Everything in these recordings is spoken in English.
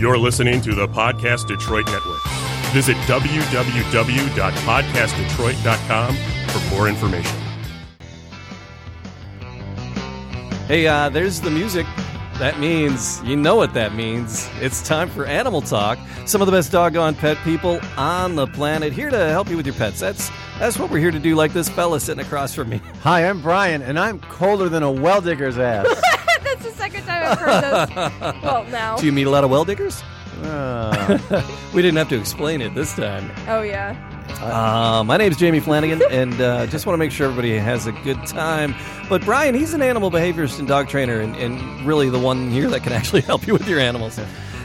You're listening to the Podcast Detroit Network. Visit www.podcastdetroit.com for more information. Hey, uh, there's the music. That means, you know what that means. It's time for Animal Talk. Some of the best doggone pet people on the planet here to help you with your pets. That's that's what we're here to do, like this fella sitting across from me. Hi, I'm Brian, and I'm colder than a well digger's ass. That's the second time I've heard those. Well, now. Do you meet a lot of well diggers? Uh, We didn't have to explain it this time. Oh, yeah. Uh, my name's Jamie Flanagan, and uh, just want to make sure everybody has a good time. But Brian, he's an animal behaviorist and dog trainer, and, and really the one here that can actually help you with your animals.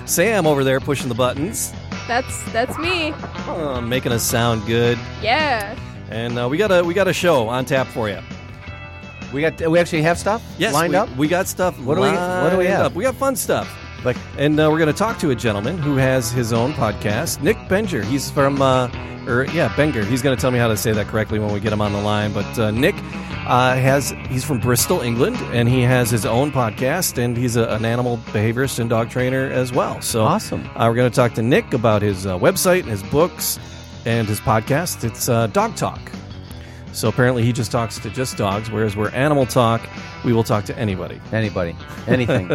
Sam over there pushing the buttons, That's that's me. uh, making us sound good, Yeah. and uh, we got a we got a show on tap for you. we got we actually have stuff Yes, lined we, up. We got stuff. What do we- what do we lined have? Up. We got fun stuff. like And uh, we're going to talk to a gentleman who has his own podcast, Nick Benger. He's from, uh, or yeah, Benger. He's going to tell me how to say that correctly when we get him on the line. But uh, Nick uh, has, he's from Bristol, England, and he has his own podcast, and he's a, an animal behaviorist and dog trainer as well. So Awesome. Uh, we're going to talk to Nick about his uh, website and his books and his podcast. It's uh, Dog Talk. So apparently he just talks to just dogs, whereas we're Animal Talk. We will talk to anybody. anybody, anything.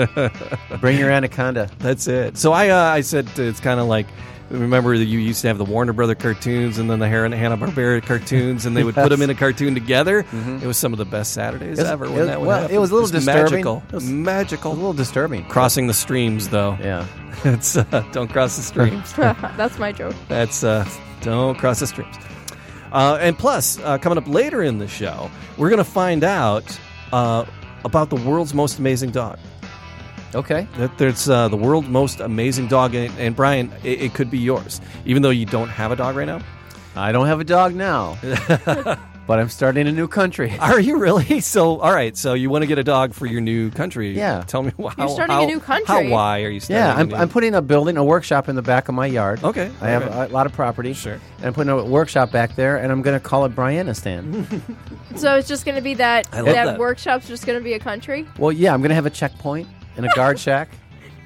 Bring your anaconda. That's it. So I uh, I said uh, it's kind of like remember that you used to have the Warner Brother cartoons and then the Hanna Barbera cartoons and they would put them in a cartoon together. It was some of the best Saturdays Mm-hmm. It was- ever. When it- that would well, it happen. was a little disturbing. Magical. It was- magical. A little disturbing. Crossing the streams though. Yeah. it's uh, don't cross the streams. that's my joke. That's uh, don't cross the streams. Uh, and plus, uh, coming up later in the show, we're gonna find out uh, about the world's most amazing dog. Okay. That there's uh, the world's most amazing dog, and, and Brian, it, it could be yours, even though you don't have a dog right now. I don't have a dog now, but I'm starting a new country. Are you really? So, all right. So, you want to get a dog for your new country? Yeah. Tell me how. You're starting a how- new country. How? Why are you starting? Yeah, a I'm, new- I'm putting a building, a workshop in the back of my yard. Okay, I have uh, okay. a lot of property. Sure. And I'm putting a workshop back there, and I'm going to call it Brianistan. So it's just going to be that I that, love that. workshop's just going to be a country? well, yeah, I'm going to have a checkpoint and a guard shack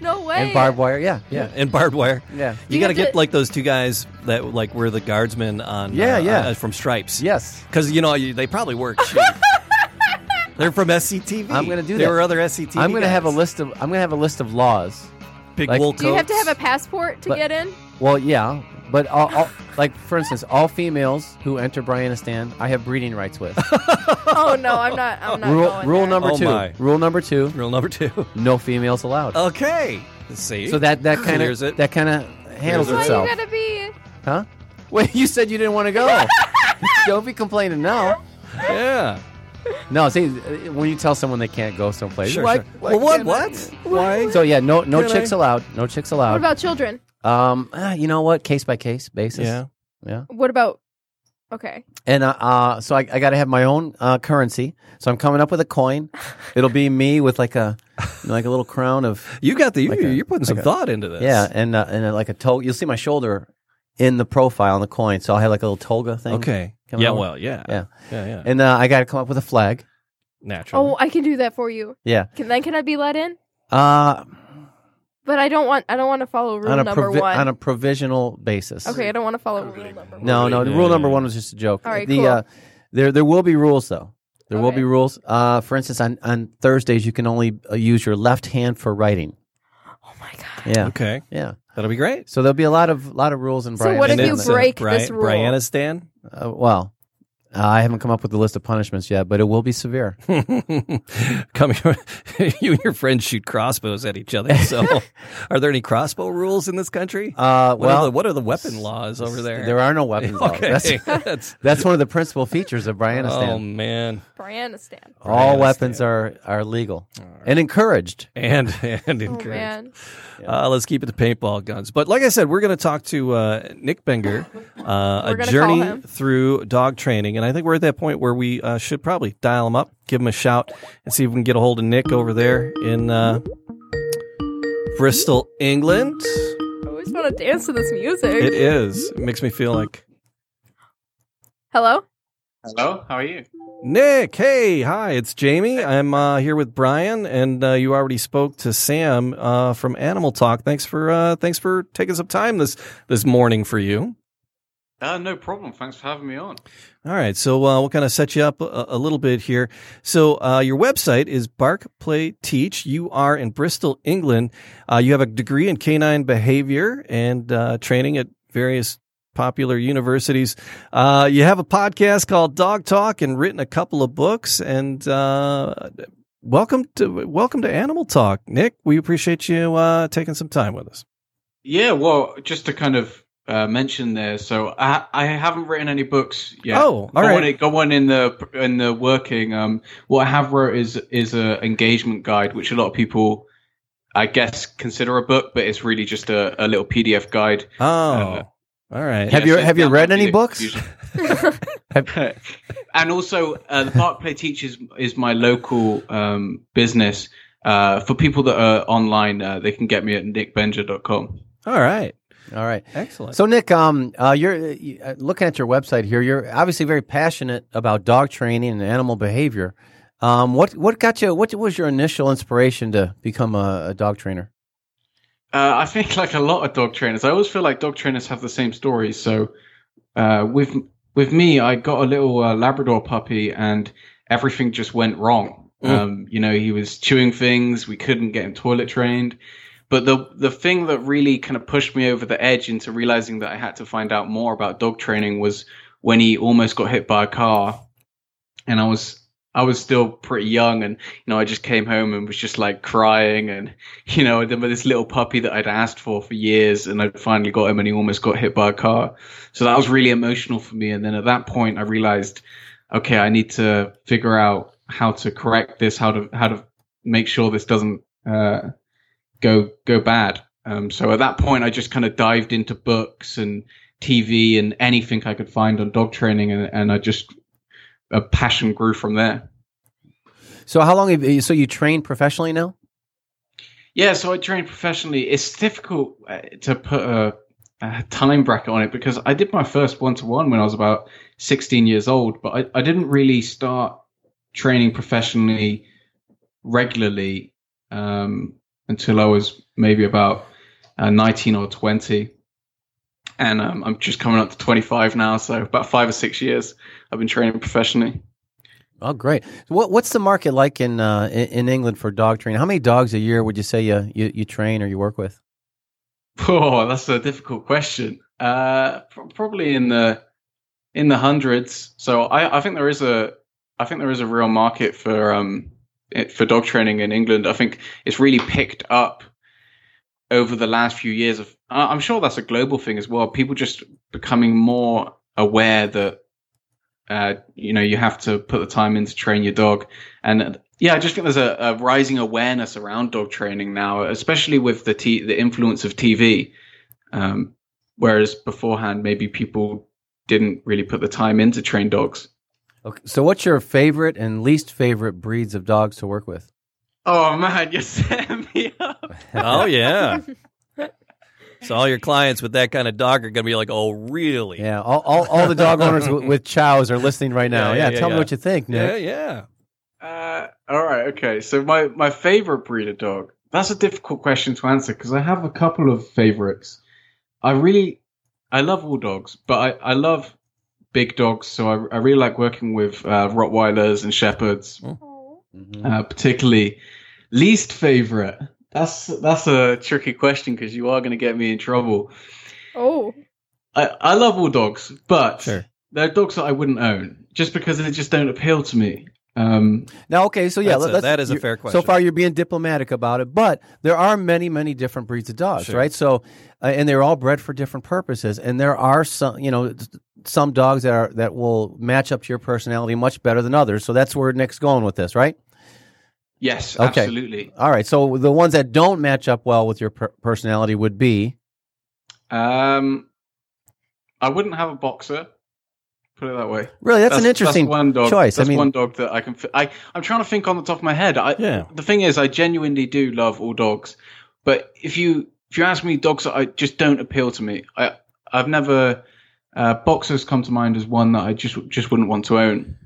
No way. and barbed wire. Yeah, yeah. and barbed wire. Yeah. You, You got to have to- get like those two guys that like were the guardsmen on. Yeah, uh, yeah. uh, from Stripes. Yes. Because you know you, they probably work. shoot. They're from SCTV. I'm gonna do There that. were other SCTV. I'm going to have a guys. list of I'm going to have a list of laws. Big like- wool Do you have to coats. have a passport to But- get in? Well, yeah, but all, all, like for instance, all females who enter Brianistan, I have breeding rights with. Oh no, I'm not. I'm not. rule going rule there. number Oh, two. my. Rule number two. rule number two? No females allowed. Okay. See. so that that kind Clears it. of that kind of Clears handles Why it. itself, you gotta be? huh? Wait, you said you didn't want to go. Don't be complaining now. yeah. No, see, uh, when you tell someone they can't go someplace, Sure, why- sure. why Well, what? can't What? I- So yeah, no no Can I- chicks allowed. No chicks What allowed. about children? um, ah, you know what? Case by case basis. Yeah. Yeah. What about? Okay. And uh, uh, so I, I got to have my own uh, currency. So I'm coming up with a coin. It'll be me with like a you know, like a little crown of You got the. You, Like a- you're putting some like a- thought into this. yeah, and uh, and uh, like a toga. You'll see my shoulder in the profile on the coin. So I'll have like a little toga thing. Okay. Coming yeah. along. Well. Yeah. Yeah. Yeah. Yeah. And uh, I got to come up with a flag. Naturally. Oh, I can do that for you. Yeah. Can then can I be let in? Uh, But I don't want. I don't want to follow rule on a number provi- one. on a provisional basis. okay, I don't want to follow rule number one. No, no. Yeah, rule yeah, number yeah. one was just a joke. All right, the cool. uh, there there will be rules though. There will Okay. be rules. Uh, for instance, on, on Thursdays you can only uh, use your left hand for writing. Oh my god. Yeah, Okay. yeah. That'll be great. So there'll be a lot of lot of rules in So Brian. what if and you Stan. break this rule? Brianna Stan. Uh, well, uh, I haven't come up with the list of punishments yet, but it will be severe. Come here. you and your friends shoot crossbows at each other. So, are there any crossbow rules in this country? Uh, what, are well, the, what are the weapon laws over there? there are no weapons. laws. Okay. That's, That's- that's one of the principal features of oh Brianistan. man. Afghanistan. All weapons are are legal and encouraged. And and Oh encouraged. man. Uh, let's keep it to paintball guns. But like I said, we're going to talk to uh, Nick Benger, uh, a We're gonna call journey him. through dog training. And I think we're at that point where we uh, should probably dial him up, give him a shout, and see if we can get a hold of Nick over there in uh, Bristol, England. I always want to dance to this music. It is. It makes me feel like. Hello? Hello, how are you? Nick, hey, hi, it's Jamie. I'm uh, here with Brian, and uh, you already spoke to Sam uh, from Animal Talk. Thanks for uh, thanks for taking some time this this morning for you. Uh, no problem. Thanks for having me on. All right, so uh, we'll kind of set you up a, a little bit here. So uh, your website is Bark Play Teach. You are in Bristol, England. Uh, you have a degree in canine behavior and uh, training at various popular universities. Uh, you have a podcast called Dog Talk and written a couple of books. And uh, welcome to welcome to Animal Talk, Nick. We appreciate you uh, taking some time with us. Yeah, well, just to kind of uh, mention there, so I I haven't written any books yet. Oh, all got right. One, in- got one in the in the working. Um, what I have wrote is is a engagement guide, which a lot of people, I guess, consider a book, but it's really just a, a little PDF guide. Oh, Uh, all right. Have you- have you that read might be any the books? confusion. and also uh, the Bark Play Teachers is my local um, business. Uh, for people that are online, uh, they can get me at nickbenger.com. All right. All right. Excellent. So Nick, um, uh, you're uh, you- uh, looking at your website here. You're obviously very passionate about dog training and animal behavior. Um, what what got you? What was your initial inspiration to become a, a dog trainer? Uh, I think like a lot of dog trainers, I always feel like dog trainers have the same stories. So uh, with with me, I got a little uh, Labrador puppy, and everything just went wrong. Um, you know, he was chewing things. We couldn't get him toilet trained. But the the thing that really kind of pushed me over the edge into realizing that I had to find out more about dog training was when he almost got hit by a car, and I was I was still pretty young, and you know I just came home and was just like crying, and you know I remember this little puppy that I'd asked for for years, and I finally got him, and he almost got hit by a car, so that was really emotional for me. And then at that point, I realized, okay, I need to figure out how to correct this, how to how to make sure this doesn't. Uh, go go bad. Um, so at that point, I just kind of dived into books and TV and anything I could find on dog training, and, and I just a passion grew from there. So how long have you? So you train professionally now? Yeah, so I trained professionally. It's difficult uh, to put a, a time bracket on it because I did my first one to one when I was about 16 years old, but I, I didn't really start training professionally regularly um, until I was maybe about uh, 19 or 20. And um, I'm just coming up to 25 now, so about five or six years I've been training professionally. Oh, great. So what what's the market like in uh, in, in England for dog training? How many dogs a year would you say you you, you train or you work with? Oh, that's a difficult question. Uh, pr- probably in the in the hundreds. So I, I think there is a I think there is a real market for um it, for dog training in England. I think it's really picked up over the last few years. Of I- I'm sure that's a global thing as well. People just becoming more aware that uh, you know you have to put the time in to train your dog and uh, yeah i just think there's a, a rising awareness around dog training now especially with the t- the influence of tv um, whereas beforehand maybe people didn't really put the time in to train dogs Okay. So what's your favorite and least favorite breeds of dogs to work with? oh man you set me up oh yeah. So all your clients with that kind of dog are going to be like, "Oh, really?" Yeah, all, all, all the dog owners with, with chows are listening right now. Yeah, Yeah, yeah, yeah, tell me yeah. what you think, Nick. yeah, yeah. Uh, all right, okay. So my my favorite breed of dog. That's a difficult question to answer because I have a couple of favorites. I really, I love all dogs, but I I love big dogs. So I I really like working with uh, Rottweilers and Shepherds, uh, particularly. Least favorite. That's that's a tricky question because you are going to get me in trouble. Oh. I, I love all dogs, but Sure. there are dogs that I wouldn't own just because they just don't appeal to me. Um, Now, okay, so yeah, That's let- a- let's, that is a you- fair question. So far, you're being diplomatic about it, but there are many, many different breeds of dogs, Sure. right? So, uh, and they're all bred for different purposes, and there are some, you know, s- some dogs that are that will match up to your personality much better than others. So that's where Nick's going with this, right? yes, Okay. absolutely. All right. So the ones that don't match up well with your per- personality would be Um, I wouldn't have a boxer. Put it that way. really that's, an interesting one dog, choice. I That's mean, one dog that I can. fi- I I'm trying to think on the top of my head. I, Yeah. The thing is, I genuinely do love all dogs, but if you if you ask me, dogs that I just don't appeal to me. I I've never Uh, boxers come to mind as one that I just just wouldn't want to own.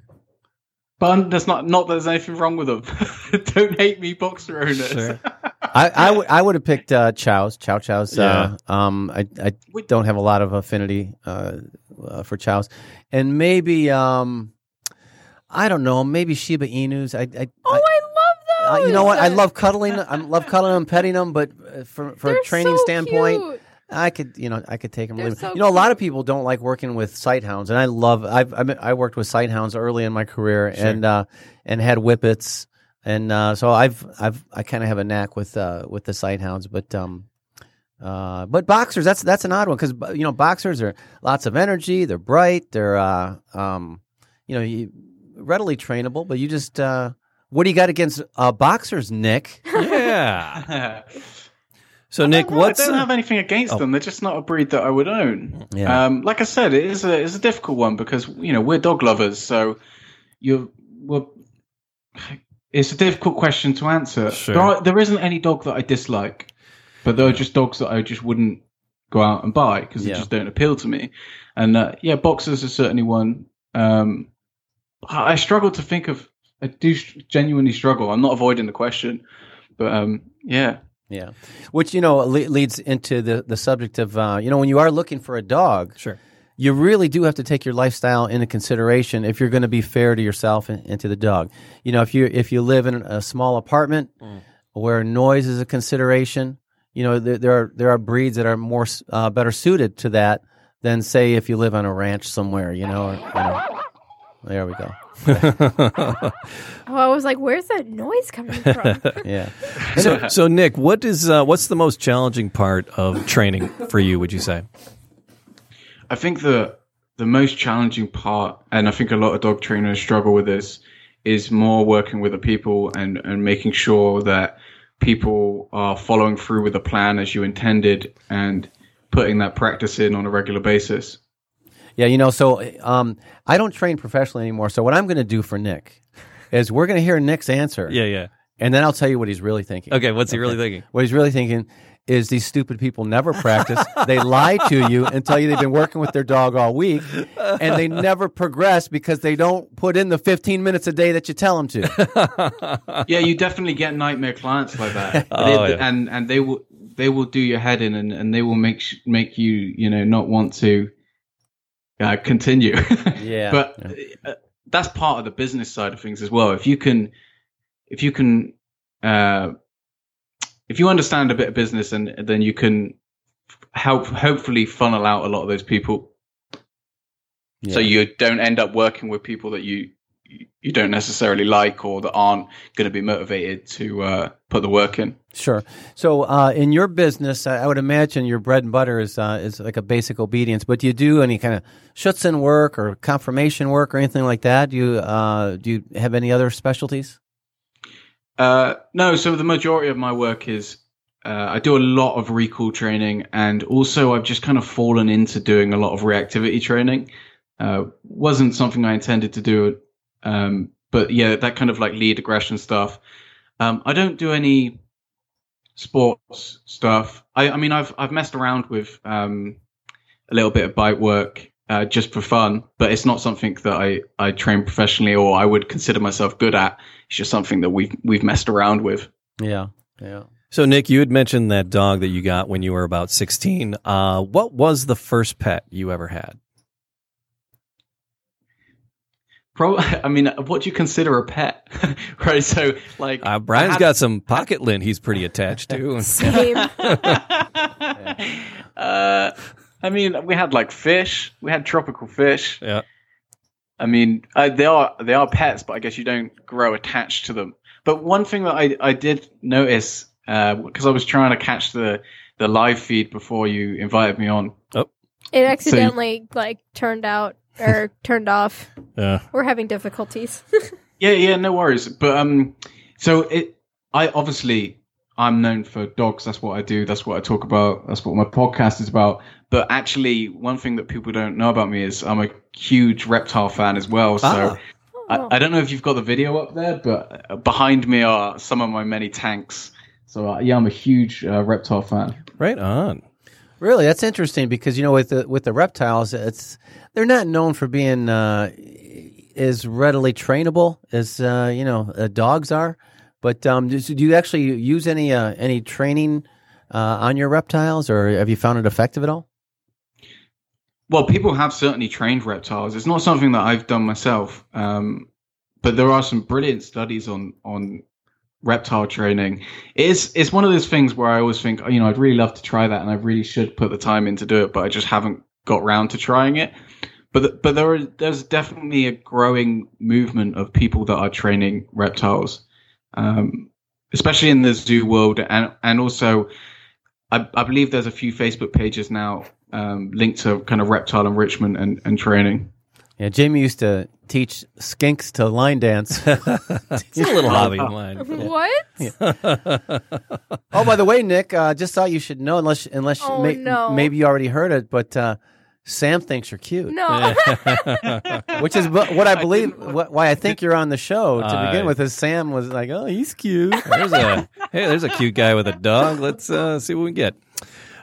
But that's not not that there's anything wrong with them. Don't hate me, boxer owners. Sure. I, I would I would have picked uh, Chow's Chow Chow's. Uh, um, I I Would- don't have a lot of affinity uh, uh, for Chow's, and maybe um, I don't know. Maybe Shiba Inus. I, I, I- Oh, I love I- those. you know what? I love cuddling. I love cuddling them, petting them, but uh, for for They're a training so standpoint, cute. I could you know I could take them. They're Really. so you know, a lot cute. of people don't like working with sight hounds, and I love. I've, I've been- I worked with sight hounds early in my career, and uh, and had whippets, and uh, so I've I've I kind of have a knack with uh, with the sight hounds, but um, uh, but boxers that's that's an odd one because you know boxers are lots of energy, they're bright, they're uh, um, you know, you, readily trainable, but you just uh, what do you got against uh, boxers, Nick? yeah. I So Nick, what's don't uh, have anything against Oh. them. They're just not a breed that I would own. Yeah. Um, like I said, it is a it's a difficult one because you know we're dog lovers, so you well, it's a difficult question to answer. Sure. There, are, there isn't any dog that I dislike, but there are just dogs that I just wouldn't go out and buy because Yeah. they just don't appeal to me. And uh, yeah, boxers are certainly one. Um, I I struggle to think of. I do s- genuinely struggle. I'm not avoiding the question, but um, yeah. Yeah, which you know le- leads into the the subject of uh, you know when you are looking for a dog, Sure. you really do have to take your lifestyle into consideration if you're going to be fair to yourself and, and to the dog. You know, if you if you live in a small apartment where noise is a consideration, you know there, there are there are breeds that are more s- uh, better suited to that than say if you live on a ranch somewhere. You know, or, you know. there we go. Oh, I was like, where's that noise coming from? Yeah. so, so Nick, what is uh, what's the most challenging part of training for you? Would you say? I think the the most challenging part, and I think a lot of dog trainers struggle with this, is more working with the people and and making sure that people are following through with the plan as you intended and putting that practice in on a regular basis. Yeah, you know, so um, I don't train professionally anymore. So what I'm going to do for Nick is we're going to hear Nick's answer, yeah. and then I'll tell you what he's really thinking. Okay, what's he really thinking? What he's really thinking is these stupid people never practice. they lie to you and tell you they've been working with their dog all week, and they never progress because they don't put in the 15 minutes a day that you tell them to. yeah, you definitely get nightmare clients like that, Oh, They- yeah. and and they will they will do your head in, and, and they will make sh- make you you know not want to uh, continue. Yeah. but uh, that's part of the business side of things as well. If you can, if you can, uh, if you understand a bit of business, and then you can help hopefully funnel out a lot of those people, so Yeah. you don't end up working with people that you you don't necessarily like or that aren't going to be motivated to uh, put the work in. Sure. So, uh, in your business, I I would imagine your bread and butter is uh, is like a basic obedience. But do you do any kind of Schutzen work or confirmation work or anything like that? Do you uh, do you have any other specialties? Uh, no, so the majority of my work is uh, I do a lot of recall training, and also I've just kind of fallen into doing a lot of reactivity training. Uh, wasn't something I intended to do, um, but yeah, that kind of like lead aggression stuff. Um, I don't do any sports stuff. I, I mean, I've I've messed around with um, a little bit of bite work uh, just for fun, but it's not something that I, I train professionally or I would consider myself good at. It's just something that we've we've messed around with. Yeah. Yeah. So, Nick, you had mentioned that dog that you got when you were about 16. Uh, what was the first pet you ever had? Pro- I mean, what do you consider a pet, right? So, like, Uh, Brian's got some pocket lint he's pretty attached to. Same. uh, I mean, we had like fish. We had tropical fish. Yeah. I mean, I, they are they are pets, but I guess you don't grow attached to them. But one thing that I, I did notice because I was trying to catch the the live feed before you invited me on. It accidentally like turned out or turned off. Yeah. We're having difficulties. Yeah, yeah, no worries. But um, so it, I obviously I'm known for dogs. That's what I do. That's what I talk about. That's what my podcast is about. But actually, one thing that people don't know about me is I'm a huge reptile fan as well. So. Ah. Oh. I, I don't know if you've got the video up there, but uh, behind me are some of my many tanks. So uh, yeah, I'm a huge uh, reptile fan. Right on. Really, that's interesting because you know with the with the reptiles, it's they're not known for being uh, as readily trainable as uh, you know uh, dogs are. But um, do, do you actually use any uh, any training uh, on your reptiles, or have you found it effective at all? Well, people have certainly trained reptiles. It's not something that I've done myself, um, but there are some brilliant studies on on reptile training. It's it's one of those things where I always think, you know, I'd really love to try that, and I really should put the time in to do it, but I just haven't got round to trying it. But th- but there are, there's definitely a growing movement of people that are training reptiles, um, especially in the zoo world, and and also. I, I believe there's a few Facebook pages now um, linked to kind of reptile enrichment and, and training. Yeah, Jamie used to teach skinks to line dance. it's a little hobby of mine. What? Oh, by the way, Nick, uh, just thought you should know, unless unless Oh, may- no. maybe you already heard it, but uh, Sam thinks you're cute, No. which is wh- what I believe. wh- why I think you're on the show to I- begin with. Is Sam was like, oh, he's cute. There's a hey, there's a cute guy with a dog. Let's uh, see what we can get.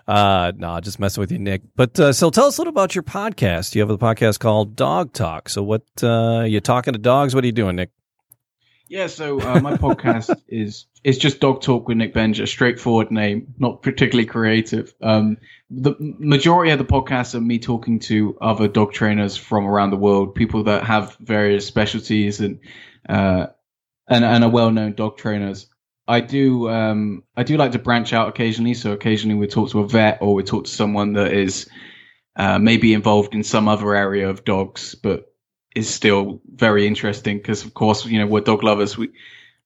Uh, nah, just messing with you, Nick. But uh, so tell us a little about your podcast. You have a podcast called Dog Talk. So what uh, you talking to dogs? What are you doing, Nick? Yeah, so uh, my podcast is it's just Dog Talk with Nick Benja, straightforward name, not particularly creative. Um, the majority of the podcasts are me talking to other dog trainers from around the world, people that have various specialties and uh, and and are well known dog trainers. I do um, I do like to branch out occasionally, so occasionally we talk to a vet or we talk to someone that is uh, maybe involved in some other area of dogs, but is still very interesting because of course you know we're dog lovers we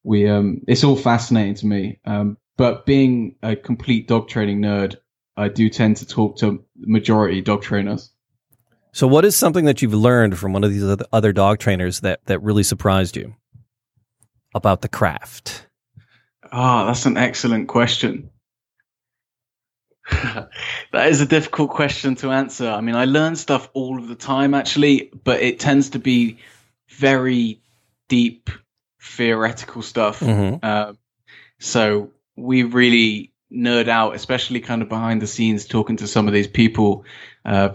we um it's all fascinating to me um but being a complete dog training nerd i do tend to talk to majority dog trainers So what is something that you've learned from one of these oth- other dog trainers that that really surprised you about the craft? ah that's an excellent question that is a difficult question to answer i mean i learn stuff all of the time actually but it tends to be very deep theoretical stuff Mm-hmm. Um, so we really nerd out, especially kind of behind the scenes, talking to some of these people. Uh,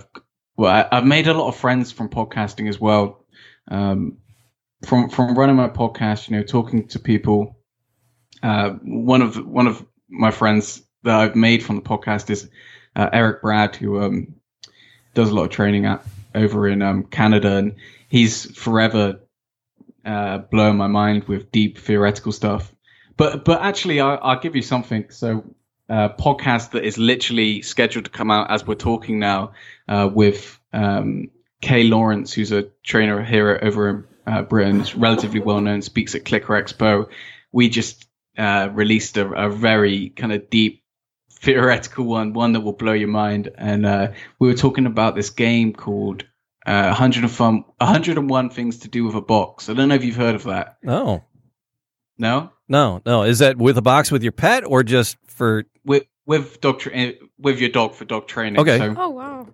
well, I, I've made a lot of friends from podcasting as well. Um, from from running my podcast, you know, talking to people. Uh, one of one of my friends that I've made from the podcast is uh, Eric Brad, who um, does a lot of training at, over in um, Canada, and he's forever uh, blowing my mind with deep theoretical stuff. But but actually, I, I'll give you something. So, uh, podcast that is literally scheduled to come out as we're talking now uh, with um, Kay Lawrence, who's a trainer here over in uh, Britain, is relatively well known, speaks at Clicker Expo. We just uh, released a, a very kind of deep theoretical one, one that will blow your mind. And uh, we were talking about this game called uh, 101, 101 Things to Do with a Box. I don't know if you've heard of that. Oh No? no, no. Is that with a box with your pet or just for? With, with, dog tra- with your dog for dog training. Okay. So, oh wow.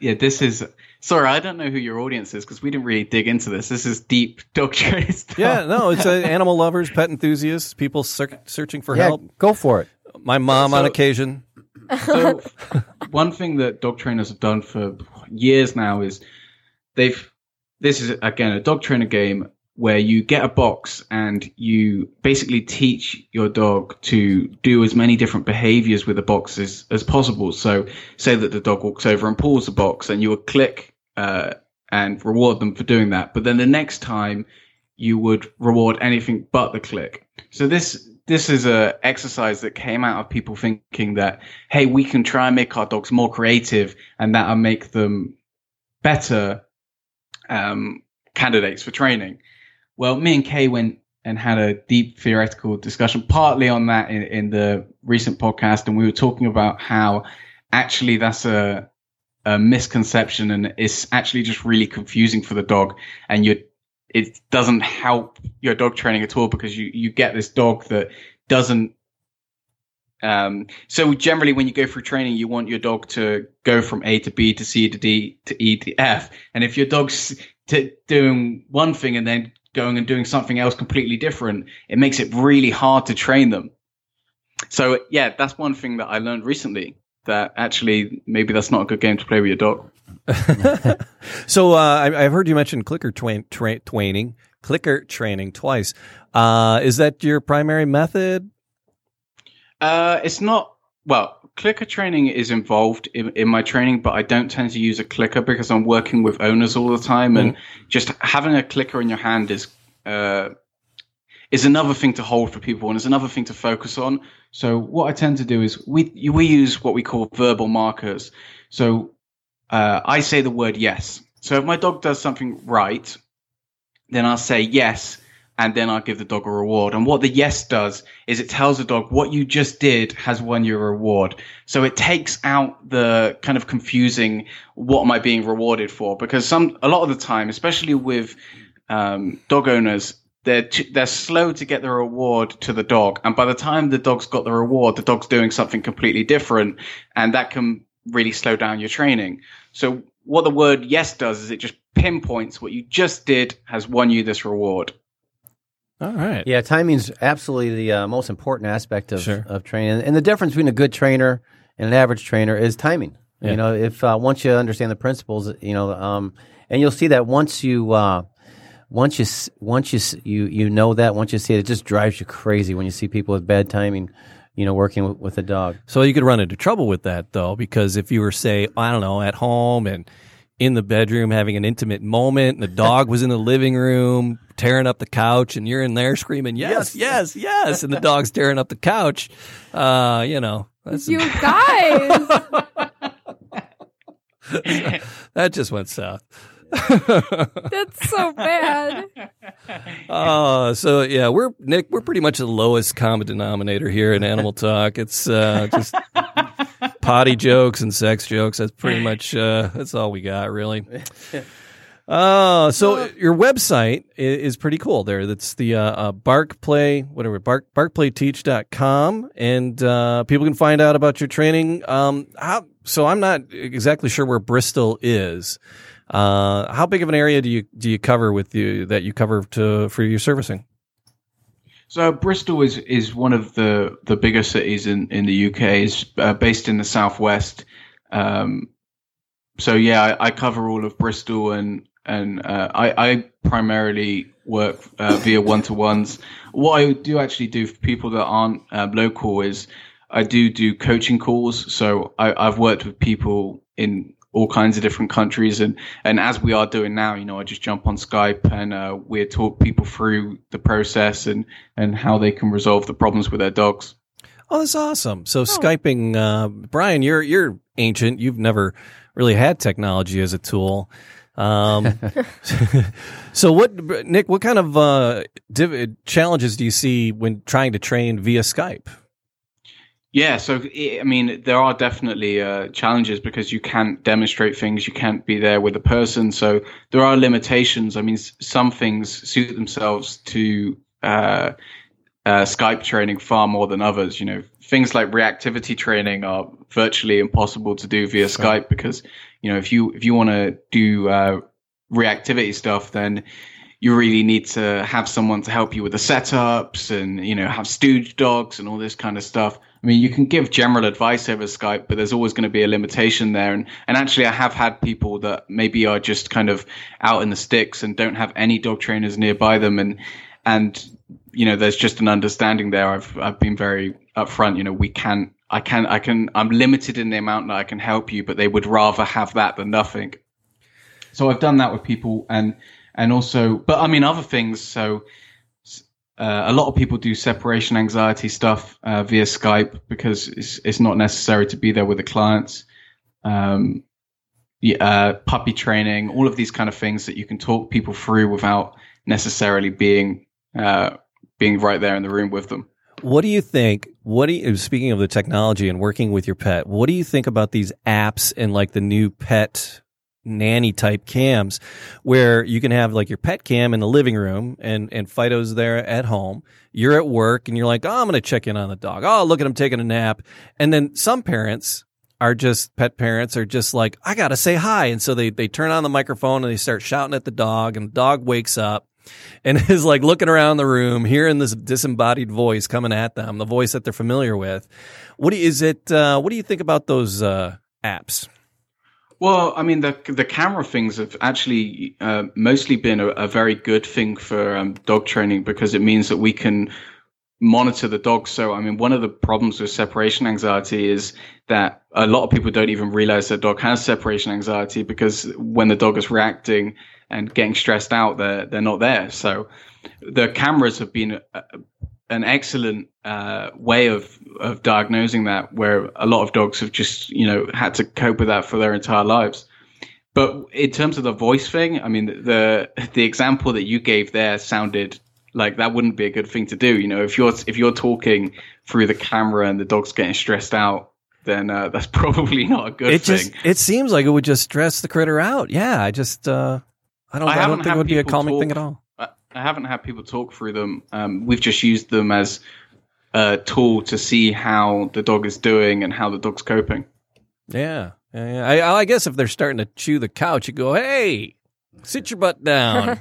Yeah, this is. Sorry, I don't know who your audience is because we didn't really dig into this. This is deep dog training stuff. Yeah, no. It's uh, animal lovers, pet enthusiasts, people search searching for yeah, help. go for it. My mom on So- occasion. So, one thing that dog trainers have done for years now is they've. This is again a dog trainer game where you get a box and you basically teach your dog to do as many different behaviors with the box as, as possible. So, say that the dog walks over and pulls the box, and you would click uh, and reward them for doing that. But then the next time, you would reward anything but the click. So this this is a exercise that came out of people thinking that hey, we can try and make our dogs more creative, and that'll make them better um, candidates for training. Well, me and Kay went and had a deep theoretical discussion, partly on that in, in the recent podcast, and we were talking about how actually that's a a misconception and it's actually just really confusing for the dog and you it doesn't help your dog training at all because you you get this dog that doesn't um so generally when you go through training you want your dog to go from a to b to c to d to e to f and if your dog's t- doing one thing and then going and doing something else completely different it makes it really hard to train them so yeah that's one thing that i learned recently that actually maybe that's not a good game to play with your dog. So uh, I, I've heard you mention clicker twain, tra- twaining, clicker training twice. Uh, is that your primary method? Uh, it's not well. Clicker training is involved in, in my training, but I don't tend to use a clicker because I'm working with owners all the time, and just having a clicker in your hand is uh, is another thing to hold for people, and it's another thing to focus on. So what I tend to do is we you- we use what we call verbal markers. So uh, I say the word yes. So if my dog does something right, then I'll say yes, and then I'll give the dog a reward. And what the yes does is it tells the dog what you just did has won you a reward. So it takes out the kind of confusing what am I being rewarded for? Because some a lot of the time, especially with um, dog owners, they're t- they're slow to get the reward to the dog, and by the time the dog's got the reward, the dog's doing something completely different, and that can really slow down your training. So what the word yes does is it just pinpoints what you just did has won you this reward. All right. Yeah, timing's absolutely the uh, most important aspect of, Sure. of training. And the difference between a good trainer and an average trainer is timing. Yeah. You know, if uh, once you understand the principles, you know, um, and you'll see that once you uh, once you s- once you s- you you know that once you see it, it just drives you crazy when you see people with bad timing. You know, working with, with a dog. So you could run into trouble with that though, because if you were say, I don't know, at home and in the bedroom having an intimate moment, and the dog was in the living room tearing up the couch, and you're in there screaming, "Yes, yes, yes!" and the dog's tearing up the couch. Uh, you know, that's, You guys. that just went south. that's so bad. Uh, so yeah, we're Nick. We're pretty much the lowest common denominator here in Animal Talk. It's uh, just potty jokes and sex jokes. That's pretty much uh, that's all we got, really. Uh, so your website i- is pretty cool there. That's the uh, uh, Bark Play, whatever, bark, barkplayteach.com. And uh, people can find out about your training. Um, how, so I'm not exactly sure where Bristol is. Uh, how big of an area do you do you cover with you that you cover to for your servicing? So Bristol is is one of the the bigger cities in in the UK. is uh, based in the southwest. Um, so yeah, I, I cover all of Bristol and and uh, I, I primarily work uh, via one to ones. What I do actually do for people that aren't uh, local is I do do coaching calls. So I, I've worked with people in all kinds of different countries, and and as we are doing now, you know, I just jump on Skype and uh, we talk people through the process and and how they can resolve the problems with their dogs. Oh, that's awesome! So skyping, uh, Brian, you're you're ancient. You've never really had technology as a tool. Um, so what, Nick? What kind of uh, div- challenges do you see when trying to train via Skype? Yeah, so i I mean, there are definitely uh, challenges because you can't demonstrate things, you can't be there with a person. So there are limitations. I mean, s- some things suit themselves to uh, uh, Skype training far more than others. You know, things like reactivity training are virtually impossible to do via Skype because you know if you if you want to do uh, reactivity stuff, then you really need to have someone to help you with the setups and you know have stooge dogs and all this kind of stuff i mean you can give general advice over skype but there's always going to be a limitation there and and actually i have had people that maybe are just kind of out in the sticks and don't have any dog trainers nearby them and and you know there's just an understanding there i've i've been very upfront you know we can i can i can i'm limited in the amount that i can help you but they would rather have that than nothing so I've done that with people and and also but I mean other things so uh, a lot of people do separation anxiety stuff uh, via Skype because it's it's not necessary to be there with the clients um yeah, uh, puppy training all of these kind of things that you can talk people through without necessarily being uh, being right there in the room with them What do you think? What do you, speaking of the technology and working with your pet? What do you think about these apps and like the new pet nanny type cams, where you can have like your pet cam in the living room and and Fido's there at home. You're at work and you're like, oh, I'm gonna check in on the dog. Oh, look at him taking a nap. And then some parents are just pet parents are just like, I gotta say hi, and so they they turn on the microphone and they start shouting at the dog, and the dog wakes up. and is like looking around the room, hearing this disembodied voice coming at them, the voice that they're familiar with. What do you, is it? Uh, what do you think about those uh, apps? Well, I mean, the the camera things have actually uh, mostly been a, a very good thing for um, dog training because it means that we can monitor the dog. So, I mean, one of the problems with separation anxiety is that a lot of people don't even realize their dog has separation anxiety because when the dog is reacting and getting stressed out, they're they're not there. So, the cameras have been uh, an excellent uh, way of of diagnosing that, where a lot of dogs have just you know had to cope with that for their entire lives. But in terms of the voice thing, I mean the the example that you gave there sounded like that wouldn't be a good thing to do. You know, if you're if you're talking through the camera and the dog's getting stressed out, then uh, that's probably not a good it thing. just it seems like it would just stress the critter out. Yeah, I just uh, I don't I I, haven't don't think had it would be a people calming talk- thing at all. I I haven't had people talk through them. Um, we've just used them as a tool to see how the dog is doing and how the dog's coping. Yeah, yeah, yeah. I, I guess if they're starting to chew the couch, you go, hey. Sit your butt down,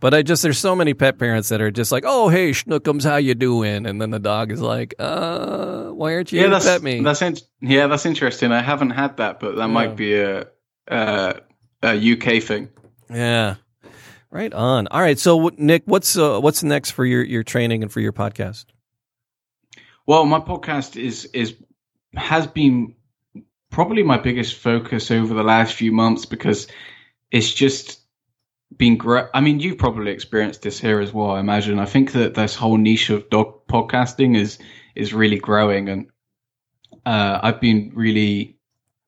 but I just there's so many pet parents that are just like, oh hey Schnookums, how you doing? And then the dog is like, uh, why aren't you yeah, here to that's pet me? that's in- yeah, that's interesting. I haven't had that, but that might be a, a a UK thing. Yeah. Right on. All right. So what- Nick, what's uh, what's next for your your training and for your podcast? Well, my podcast is is has been probably my biggest focus over the last few months because it's just been great. I mean, you've probably experienced this here as well. I imagine. I think that this whole niche of dog podcasting is is really growing, and uh, I've been really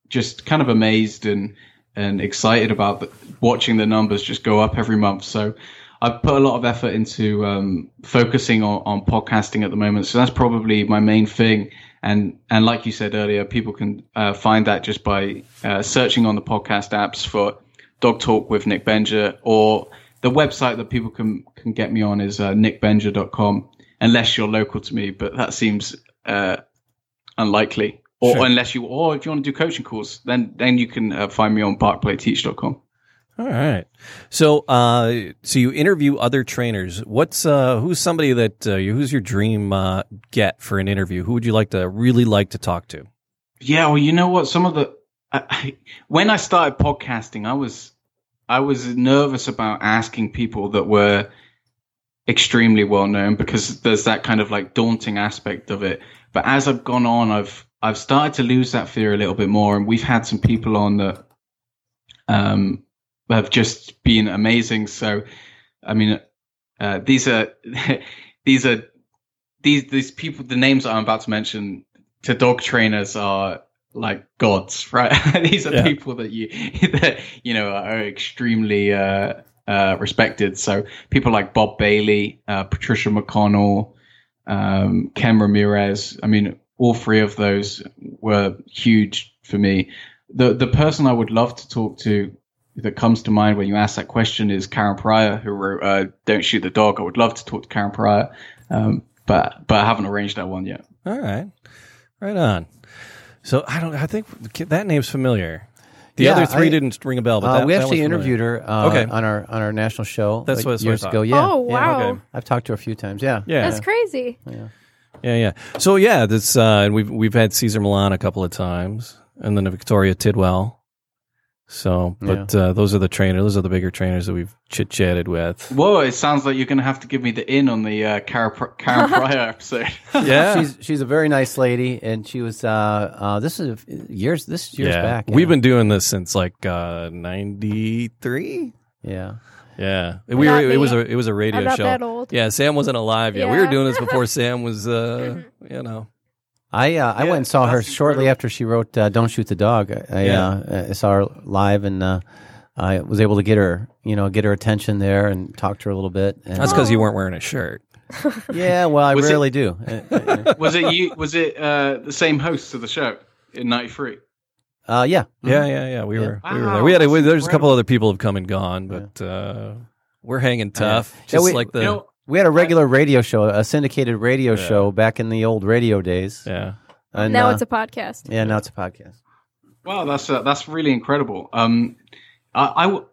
just kind of amazed and and excited about the, watching the numbers just go up every month. So I put a lot of effort into um, focusing on, on podcasting at the moment. So that's probably my main thing. And and like you said earlier, people can uh, find that just by uh, searching on the podcast apps for Dog Talk with Nick Benja or the website that people can can get me on is uh, nickbenja.com unless you're local to me, but that seems uh, unlikely. Or Sure. unless you, or if you want to do coaching calls, then then you can uh, find me on parkplayteach.com. All right. So uh, so you interview other trainers. What's uh, who's somebody that uh, you, who's your dream uh, get for an interview? Who would you like to really like to talk to? Yeah, well, you know what? Some of the I, I, when I started podcasting, I was I was nervous about asking people that were extremely well known because there's that kind of like daunting aspect of it. But as I've gone on, I've I've started to lose that fear a little bit more, and we've had some people on that um, have just been amazing. So, I mean, uh, these are these are these these people. The names that I'm about to mention to dog trainers are like gods, right? these are Yeah. people that you that you know are extremely uh, uh, respected. So people like Bob Bailey, uh, Patricia McConnell, um, Ken Ramirez. I mean, all three of those were huge for me. The the person I would love to talk to that comes to mind when you ask that question is Karen Pryor, who wrote uh, "Don't Shoot the Dog." I would love to talk to Karen Pryor, um, but but I haven't arranged that one yet. All right. Right on. So I don't. I think that name's familiar. The Yeah, other three I- didn't ring a bell, Oh, but Uh, that, we that actually one's familiar. interviewed her uh, Okay. on our on our national show. That's like, what- that's what I years thought. ago. Yeah. oh yeah. wow, okay. I've talked to her a few times. Yeah. Yeah. that's crazy. Yeah, yeah. So yeah, that's uh, and we've we've had Caesar Milan a couple of times, and then Victoria Tidwell. So, but uh, those are the trainers. Those are the bigger trainers that we've chit chatted with. Whoa! It sounds like you're going to have to give me the in on the uh, Karen, Pr- Karen Pryor episode. Yeah, She's she's a very nice lady, and she was uh, uh this is years this is years yeah. back. We've been doing this since like uh, '93. yeah. Yeah, we were. not It me. was a it was a radio I'm not show. that old. Yeah, Sam wasn't alive yet. We were Yeah. Mm-hmm. doing this before Sam was. Uh, you know. I uh, I Yeah, went and saw her that's shortly incredible. after she wrote uh, "Don't Shoot the Dog." I, I, Yeah. uh, I saw her live, and uh, I was able to get her, you know, get her attention there and talk to her a little bit. And, That's because you weren't wearing a shirt. yeah, well, I Was it- rarely do. Uh, uh, was it you? Was it uh, the same host of the show in '93? uh, yeah, Yeah, yeah, yeah. We were, we were there. Wow, We had. A, that's we, there's a couple incredible. other people have come and gone, but uh, we're hanging tough. Just Oh, Yeah, we- like the. You know, we had a regular radio show, a syndicated radio show back in the old radio days. yeah. And, now uh, it's a podcast. yeah, now it's a podcast. Wow, that's uh, that's really incredible. Um, I, I w-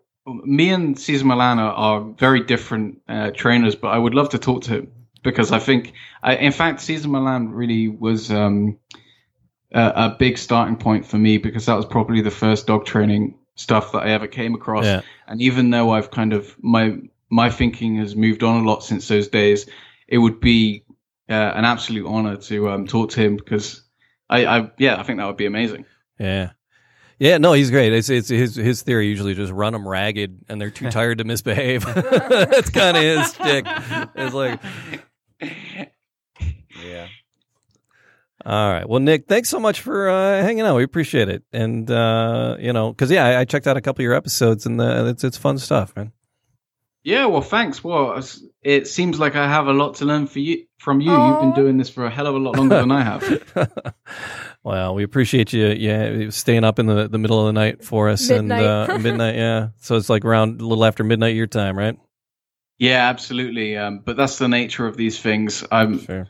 me and Cesar Milana are very different uh, trainers, but I would love to talk to him because I think, I, in fact, Cesar Milan really was um, a, a big starting point for me because that was probably the first dog training stuff that I ever came across. Yeah. And even though I've kind of my my thinking has moved on a lot since those days, it would be uh, an absolute honor to um, talk to him because I, I yeah I think that would be amazing. Yeah. Yeah, no, he's great. It's, it's his his theory usually just run them ragged, and they're too tired to misbehave. That's kind of his stick. It's like, Yeah. all right, well, Nick, thanks so much for uh, hanging out. We appreciate it, and uh, you know, because yeah, I, I checked out a couple of your episodes, and uh it's it's fun stuff, man. Yeah, well, thanks. Well, it's- it seems like I have a lot to learn for you from you. You've been Aw. doing this for a hell of a lot longer than I have. well, we appreciate you, yeah, staying up in the, the middle of the night for us and Midnight. uh, midnight, yeah. So it's like around a little after midnight your time, right? Yeah, absolutely. Um, but that's the nature of these things. I'm, Sure.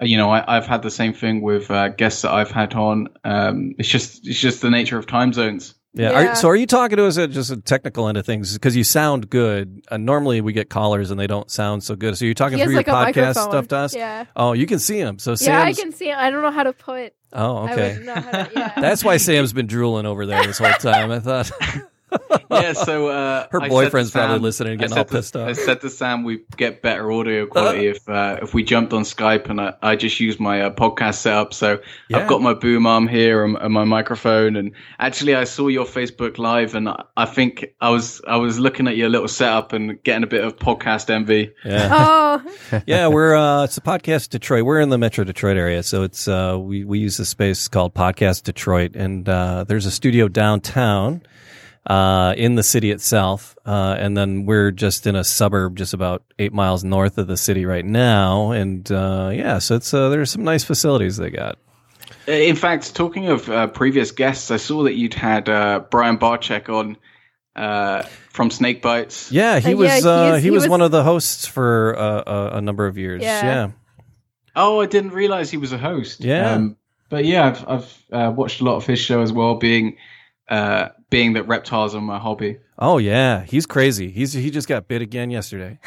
you know, I, I've had the same thing with uh, guests that I've had on. Um, it's just, it's just the nature of time zones. Yeah. Are- Yeah. so are you talking to us at just a technical end of things because you sound good? Uh, normally we get callers and they don't sound so good. So you're talking He has through like a your podcast microphone. stuff to us. Yeah. Oh, you can see him. So yeah, I Sam's. can see. it. I don't know how to put. Oh, I okay. wouldn't know how to. Yeah. That's why Sam's been drooling over there this whole time. I thought Yeah. So uh, her I said to boyfriend's probably Sam- listening and I getting said all to- pissed off. I said to Sam, we get better audio quality if uh, if we jumped on Skype, and I, I just used my uh, podcast setup. So Yeah. I've got my boom arm here and, and my microphone. And actually, I saw your Facebook live, and I, I think I was I was looking at your little setup and getting a bit of podcast envy. yeah. oh, yeah, we're uh, it's a podcast Detroit. We're in the Metro Detroit area, so it's uh, we we use a space called Podcast Detroit, and uh, there's a studio downtown uh, in the city itself, uh, and then we're just in a suburb just about eight miles north of the city right now, and uh, yeah, so it's uh, there's some nice facilities they got. In fact, talking of uh, previous guests, I saw that you'd had uh, Brian Barchek on uh, from Snake Bites. Yeah, he Uh, yeah, was he is- uh, he, he was, was- one of the hosts for uh, a, a number of years. Yeah. yeah. Oh, I didn't realize he was a host. Um, Yeah. but yeah, I've, I've uh, watched a lot of his show as well, being uh, being that reptiles are my hobby. Oh yeah, he's crazy. He's he just got bit again yesterday.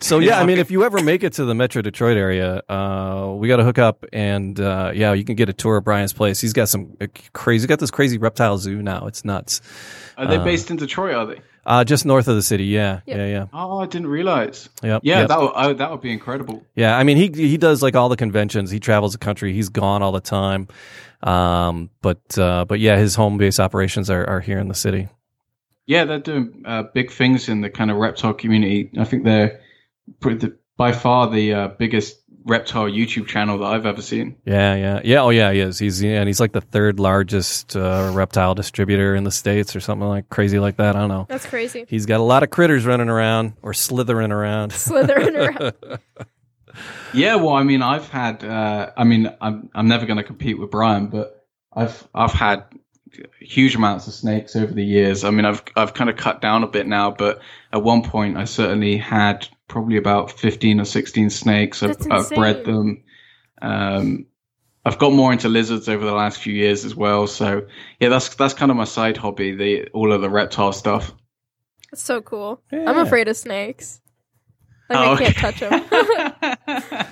so yeah, I mean, if you ever make it to the Metro Detroit area, uh, we got to hook up, and uh, yeah, you can get a tour of Brian's place. He's got some uh, crazy. He's got this crazy reptile zoo now. It's nuts. Are they based in Detroit? Are they? Uh, just north of the city. Yeah, Yeah. yeah, yeah. Oh, I didn't realize. Yep, Yeah, yep. that would, oh, that would be incredible. Yeah, I mean he he does like all the conventions. He travels the country. He's gone all the time. Um, but uh, but yeah, his home base operations are, are here in the city. Yeah, they're doing uh, big things in the kind of reptile community. I think they're pretty, the, by far the uh, biggest reptile YouTube channel that I've ever seen. Yeah, yeah, yeah. Oh, yeah, he is. He's yeah, and he's like the third largest uh, reptile distributor in the states, or something like crazy like that. I don't know. that's crazy. He's got a lot of critters running around or slithering around. Slithering around. Yeah, well, I mean, I've had. Uh, I mean, I'm I'm never going to compete with Brian, but I've I've had huge amounts of snakes over the years. I mean, I've I've kind of cut down a bit now, but at one point, I certainly had probably about fifteen or sixteen snakes. I've, That's I've bred insane. them. Um, I've got more into lizards over the last few years as well. So yeah, that's that's kind of my side hobby. The all of the reptile stuff. That's so cool. I'm Yeah. afraid of snakes. Like Oh, I can't touch them.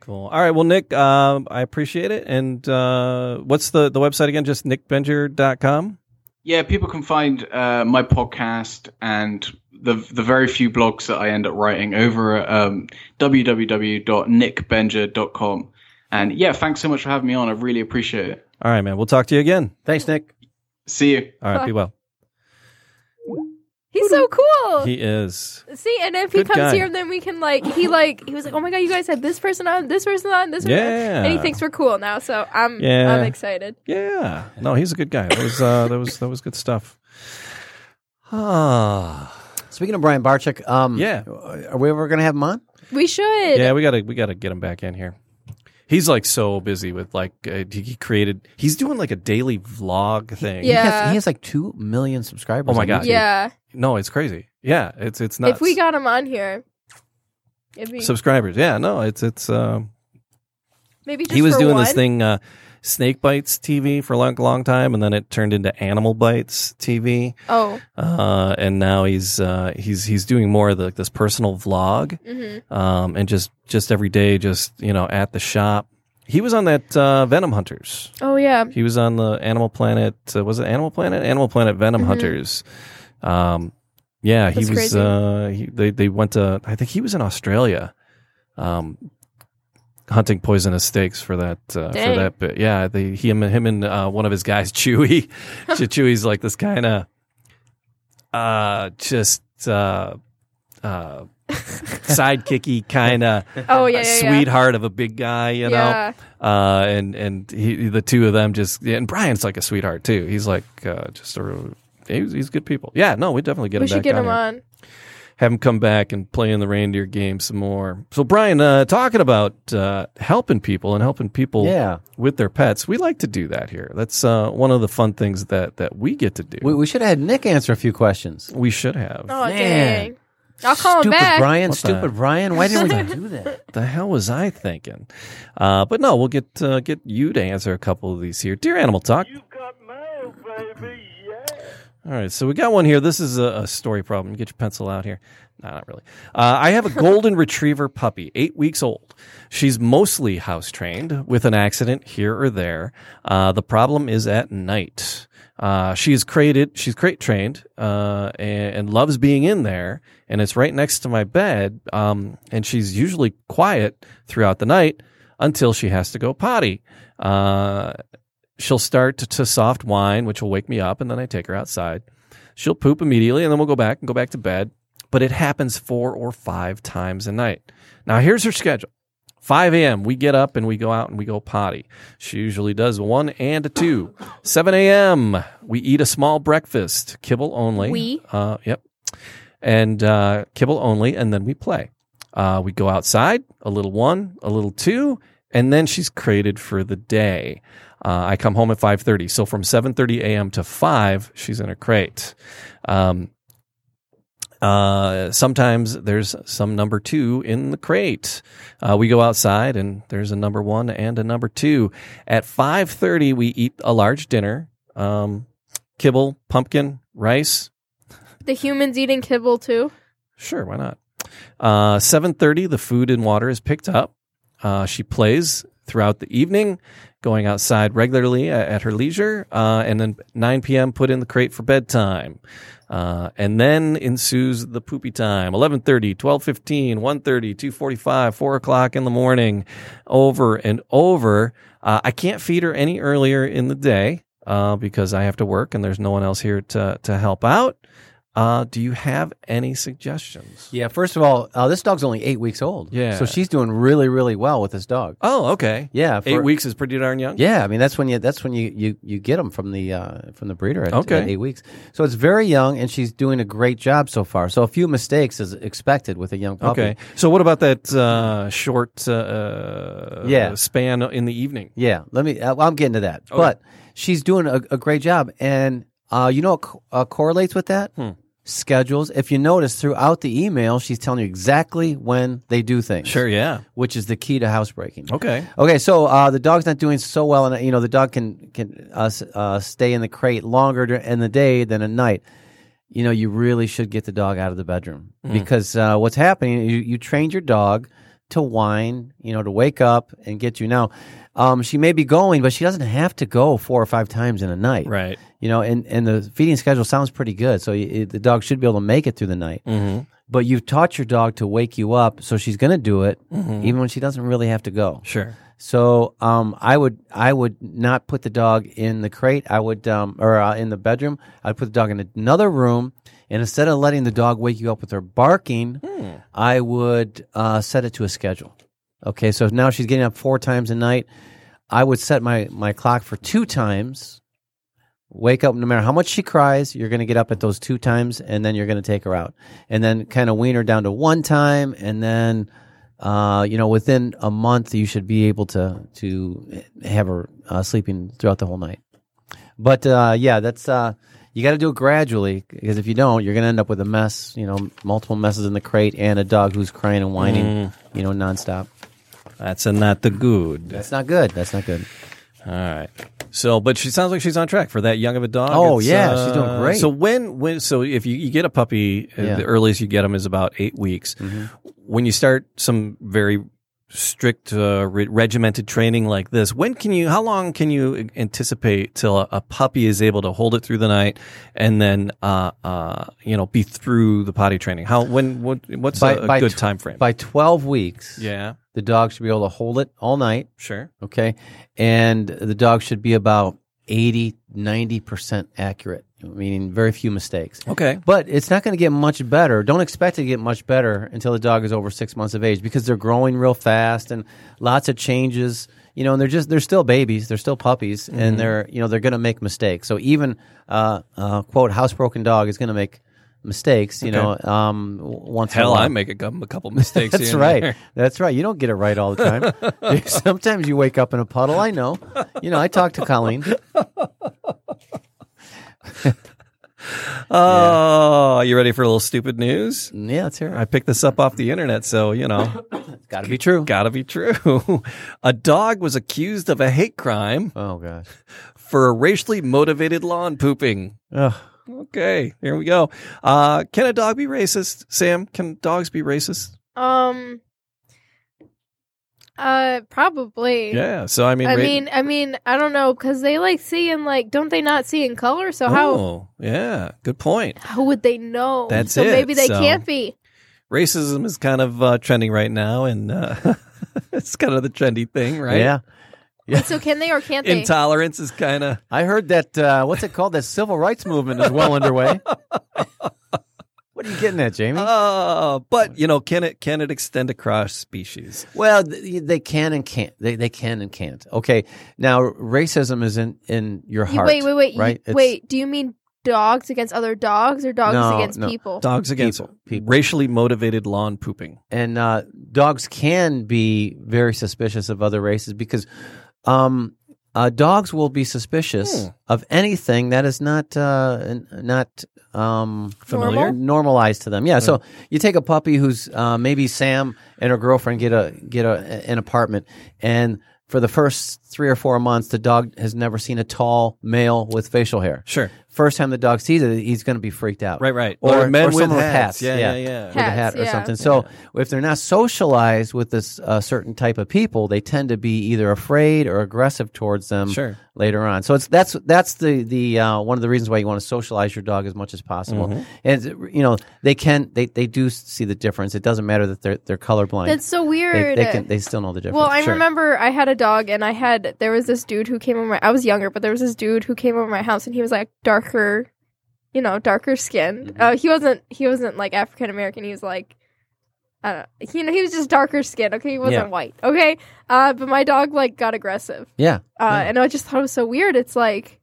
Cool. All right. Well, Nick, um, I appreciate it. And uh, what's the, the website again? Just nickbenger.com? Yeah, people can find uh, my podcast and the the very few blogs that I end up writing over at um, www.nickbenger.com. And yeah, thanks so much for having me on. I really appreciate it. All right, man. We'll talk to you again. Thanks, Nick. See you. All right. Be well. He's so cool. He is. See, and if he Good comes guy. here, then we can like he like he was like, oh my god, you guys had this person on, this person on, this person, Yeah. on. and he thinks we're cool now. So I'm Yeah. I'm excited. Yeah. No, he's a good guy. That was, uh, that was, that was good stuff. Ah. Speaking of Brian Barchik, um, Yeah. are we ever going to have him on? We should. Yeah, we gotta we gotta get him back in here. He's like so busy with like uh, he- he created. He's doing like a daily vlog thing. He Yeah. has, he has like two million subscribers. Oh my on God. YouTube. Yeah. No, it's crazy. Yeah, it's it's not If we got him on here, it'd be subscribers. Yeah, no, it's it's. Um, maybe just he was for doing one. this thing. Uh, Snake Bites TV for a long, long time, and then it turned into Animal Bites TV. Oh, Uh, and now he's uh, he's he's doing more of the, this personal vlog hmm um, and just just every day, just you know, at the shop. He was on that uh, Venom Hunters. oh yeah. He was on the Animal Planet. Uh, was it Animal Planet? Animal Planet Venom Mhm. Hunters. Um, yeah, he That's was. crazy. Uh, he, they they went to. I think he was in Australia, um, hunting poisonous snakes for that uh, for Dang. that bit. Yeah, they, he him, him and uh, one of his guys, Chewy. Chewie's like this kind of, uh, just uh, uh, sidekicky kind of Oh yeah, yeah, yeah. sweetheart of a big guy, you know Yeah. uh, and and he, the two of them just and Brian's like a sweetheart too. He's like uh, just a real- he's, he's good people. Yeah, no, we definitely get we him should back get on him here. on. Have him come back and play in the reindeer game some more. So Brian, uh, talking about uh, helping people and helping people Yeah. with their pets, we like to do that here. That's uh, one of the fun things that that we get to do. We, we should have had Nick answer a few questions. We should have. Oh Man. dang! I'll call him stupid back. Brian, What the- stupid Brian. Why didn't we do that? the hell was I thinking? Uh, but no, we'll get uh, get you to answer a couple of these here. Dear Animal Talk. You've got mail, baby. Yeah. All right, so we got one here. This is a, a story problem. Get your pencil out here. No, not really. Uh, I have a golden retriever puppy, eight weeks old. She's mostly house trained, with an accident here or there. Uh, the problem is at night. Uh, she is crated. She's crate trained uh, and, and loves being in there. And it's right next to my bed. Um, and she's usually quiet throughout the night until she has to go potty. Uh, she'll start to soft whine, which will wake me up, and then I take her outside. She'll poop immediately, and then we'll go back and go back to bed. But it happens four or five times a night. Now here's her schedule. 5 a.m. We get up and we go out and we go potty. She usually does one and a two. 7 a.m. We eat a small breakfast, kibble only. We? Uh, yep. And uh, kibble only, and then we play. Uh, we go outside, a little one, a little two, and then she's crated for the day. Uh, I come home at 5:30, so from 7:30 a.m. to 5, she's in her crate. Um, uh, sometimes there's some number two in the crate. Uh, we go outside and there's a number one and a number two. At 5.30, we eat a large dinner, um, kibble, pumpkin, rice. The humans eating kibble too. Sure, why not? Uh, 7.30, the food and water is picked up. Uh, she plays throughout the evening, going outside regularly a- at her leisure. Uh, and then 9 p.m., put in the crate for bedtime. Uh, and then ensues the poopy time 11.30 12.15 1.30 2.45 4 o'clock in the morning over and over uh, i can't feed her any earlier in the day uh, because i have to work and there's no one else here to, to help out uh, do you have any suggestions Yeah, first of all, uh, this dog's only eight weeks old. Yeah. So she's doing really, really well with this dog. oh okay Yeah. for- eight weeks is pretty darn young Yeah, I mean that's when you that's when you you, you get them from the uh, from the breeder at, Okay. at eight weeks. So it's very young, and she's doing a great job so far. So a few mistakes is expected with a young puppy. Okay. So, what about that uh, short uh, Yeah. span in the evening? Yeah, let me. Uh, well, I'm getting to that, Okay. but she's doing a, a great job, and uh, you know what co- uh, correlates with that Hmm. schedules. If you notice throughout the email, she's telling you exactly when they do things. Yeah. which is the key to housebreaking. Okay. Okay, so uh, the dog's not doing so well, and you know the dog can can uh, s- uh, stay in the crate longer dur- in the day than at night. You know, you really should get the dog out of the bedroom because uh, what's happening, you, you trained your dog to whine, you know, to wake up and get you. Now, um, she may be going, but she doesn't have to go four or five times in a night, Right. You know, and, and the feeding schedule sounds pretty good, so y the dog should be able to make it through the night Mm-hmm. but you've taught your dog to wake you up, so she's going to do it, Mhm. even when she doesn't really have to go. Sure. So um, I would I would not put the dog in the crate. I would um, or uh, in the bedroom. I'd put the dog in another room, and instead of letting the dog wake you up with her barking, I would uh, set it to a schedule. Okay, so now she's getting up four times a night. I would set my my clock for two times. Wake up no matter how much she cries, you're going to get up at those two times, and then you're going to take her out, and then kind of wean her down to one time, and then. Uh, you know, within a month, you should be able to to have her uh, sleeping throughout the whole night. But uh, yeah, that's uh, you got to do it gradually because if you don't, you're going to end up with a mess. You know, multiple messes in the crate and a dog who's crying and Mm. whining. You know, nonstop. That's not the good. That's not good. That's not good. All right. So, but she sounds like she's on track for that young of a dog. uh, Oh, yeah, she's doing great. So when when so if you, you get a puppy, uh, Yeah. Mm-hmm. the earliest you get them is about eight weeks. When you start some very strict uh, re- regimented training like this, when can you? How long can you anticipate till a, a puppy is able to hold it through the night and then uh, uh, you know be through the potty training? How when what what's By- a, a by good tw- time frame? By 12 weeks, yeah, the dog should be able to hold it all night. sure. Okay. And the dog should be about 80, 90% accurate, meaning very few mistakes. Okay. But it's not going to get much better. Don't expect it to get much better until the dog is over six months of age because they're growing real fast and lots of changes. You know, and they're just they're still babies, they're still puppies, Mm-hmm. and they're you know they're going to make mistakes. So even uh, uh, quote housebroken dog is going to make mistakes. You know, um, w- once in a Hell, while. I make a, gum- a couple mistakes. That's here and right. there. That's right. You don't get it right all the time. Sometimes you wake up in a puddle. I know. You know, I talked to Colleen. Oh, you ready for a little stupid news? Yeah, it's her. I picked this up off the internet, so you know, It's got to be true. gotta be true. a dog was accused of a hate crime Oh gosh. for a racially motivated lawn pooping. Ugh. Okay, here we go. Uh, can a dog be racist? Sam, can dogs be racist? Um. Uh, probably. Yeah. So I mean, I ra- mean, I mean, I don't know because they like see in like, don't they not see in color? So how oh, yeah, good point. how would they know? That's so it, Maybe they so- can't be. Racism is kind of uh, trending right now, and uh, it's kind of the trendy thing, right? Yeah. Wait, so can they or can't they? Intolerance is kind of I heard that uh, what's it called? That civil rights movement is well underway. what are you getting at, Jamie? Uh, but you know, can it can it extend across species? well, th- they can and can't. They they can and can't. Okay. Now racism is in in your You- heart. wait, wait, wait, you- Right? It's wait. Do you mean dogs against other dogs or dogs No, against no. people? Dogs against People, people. racially motivated lawn pooping. and uh, dogs can be very suspicious of other races because um, uh, dogs will be suspicious Hmm. of anything that is not uh, n- not um, Familiar? Normal? normalized to them. Yeah, so you take a puppy who's uh, maybe Sam and her girlfriend get a get a, an apartment and. For the first three or four months, the dog has never seen a tall male with facial hair. Sure. First time the dog sees it, he's going to be freaked out. Right, right. Or, Or men with someone hats. with hats. Yeah, yeah, yeah. With a Hats, hat or yeah. something. So if they're not socialized with this uh, certain type of people, they tend to be either afraid or aggressive towards them Sure. later on. So it's that's that's the the uh, one of the reasons why you want to socialize your dog as much as mm-hmm. possible. And you know they can they, they do see the difference. It doesn't matter that they're they're colorblind. That's so they, weird. they can they still know the difference. Well, I Sure. remember I had a dog, and I had there was this dude who came over. My, I was younger, but there was this dude who came over my house, and he was like darker, you know, darker skinned. Mm-hmm. Uh, he wasn't he wasn't like African American. He was like, I don't know, you know, he was just darker skinned. Okay, he wasn't Yeah. white. Okay, uh, but my dog like got aggressive, Yeah. uh, and I just thought it was so weird. It's like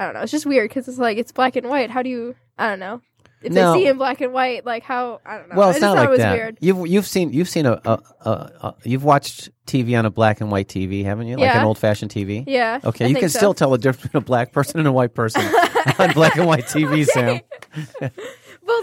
I don't know, it's just weird because it's like it's black and white. How do you? I don't know. If No. they see in black and white, like how I don't know. Well, I it's just not thought like it was that. weird. You've you've seen you've seen a, a, a, a you've watched TV on a black and white TV, haven't you? Like an Yeah. old fashioned TV. Yeah. Okay, I you think can so. still tell the difference between a black person and a white person on black and white TV, Sam. But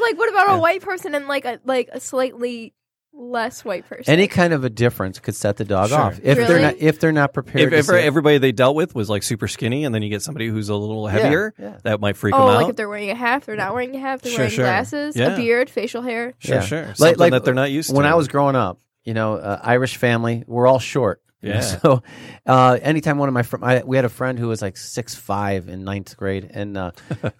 like, what about a white person and like a like a slightly less white person? Any kind of a difference could set the dog Sure. off if they're Really? not if they're not prepared. If, to if see it. everybody they dealt with was like super skinny, and then you get somebody who's a little heavier, yeah. that might freak oh, them like out. if they're wearing a hat, they're not wearing a hat. They're Sure, wearing sure. glasses, Yeah. a beard, facial hair. sure, Yeah. sure. Like- Something like that they're not used to. when I was growing up, you know, uh, Irish family, we're all short. Yeah. So, uh, anytime one of my fr- I, we had a friend who was like six five in ninth grade, and uh,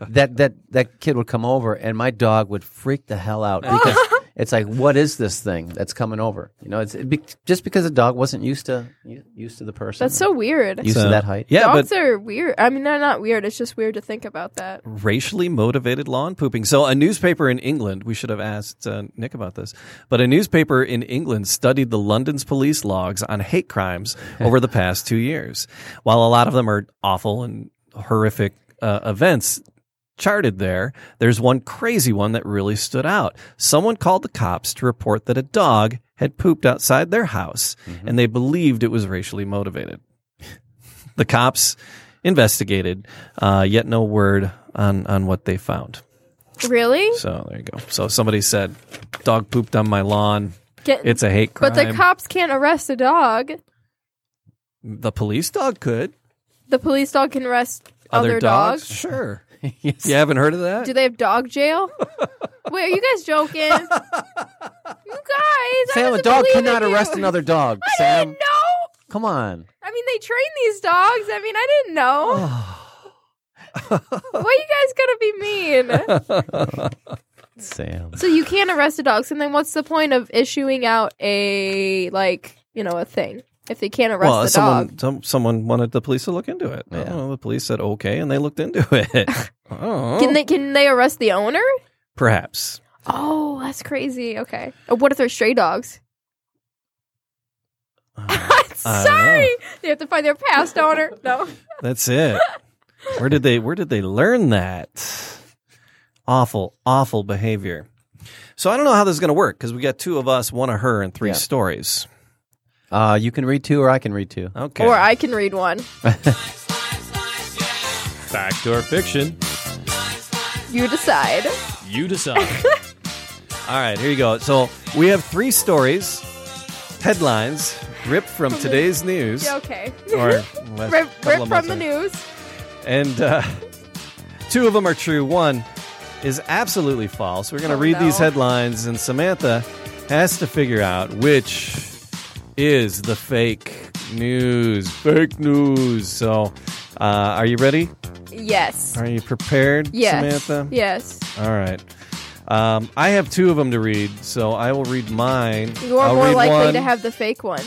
that that that kid would come over, and my dog would freak the hell out because it's like, what is this thing that's coming over? You know, it's it be, just because the dog wasn't used to u- used to the person. That's so weird. used So- to that height. Uh, Yeah, but Dogs are weird. I mean, they're not weird. It's just weird to think about that. racially motivated lawn pooping. So, a newspaper in England, we should have asked uh, Nick about this, but a newspaper in England studied the London's police logs on hate crimes over the past two years. While a lot of them are awful and horrific uh, events, charted there, there's one crazy one that really stood out. Someone called the cops to report that a dog had pooped outside their house and they believed it was racially motivated. the cops investigated, uh, yet no word on, on what they found. Really? So there you go. So somebody said, dog pooped on my lawn. Get- It's a hate crime. but the cops can't arrest a dog. the police dog could. The police dog can arrest other, dogs. Sure. Yes. You haven't heard of that? Do they have dog jail? Wait, are you guys joking? you guys, Sam, a I dog doesn't believe cannot in you. arrest another dog. I Sam, didn't know. come on. I mean, they train these dogs. I mean, I didn't know. Why you guys gotta be mean? Sam. so you can't arrest the dogs, and then what's the point of issuing out a like you know a thing if they can't arrest well, the someone dog? some, someone wanted the police to look into it. I don't Yeah. know, the police said okay, and they looked into it. oh, Can they can they arrest the owner? perhaps Oh, that's crazy. Okay. Uh, What if they're stray dogs? Uh, know. Sorry, they have to find their past owner. No, that's it. where did they Where did they learn that? Awful, awful behavior. So I don't know how this is going to work because we got two of us, one of her, and three Yeah. stories. Uh, you can read two or I can read two. Okay. or I can read one. Fact or fiction, You decide. you decide. All right, here you go. So we have three stories, headlines ripped from today's news. Yeah, okay. Or Rip, rip from the news. news. and uh, two of them are true. One is absolutely false. We're going to Oh, read no. these headlines, and Samantha has to figure out which is the fake news. Fake news. So, uh, are you ready? Yes. Are you prepared, Yes. Samantha? Yes. All right. Um, I have two of them to read, so I will read mine. You are I'll more read likely one. to have the fake one.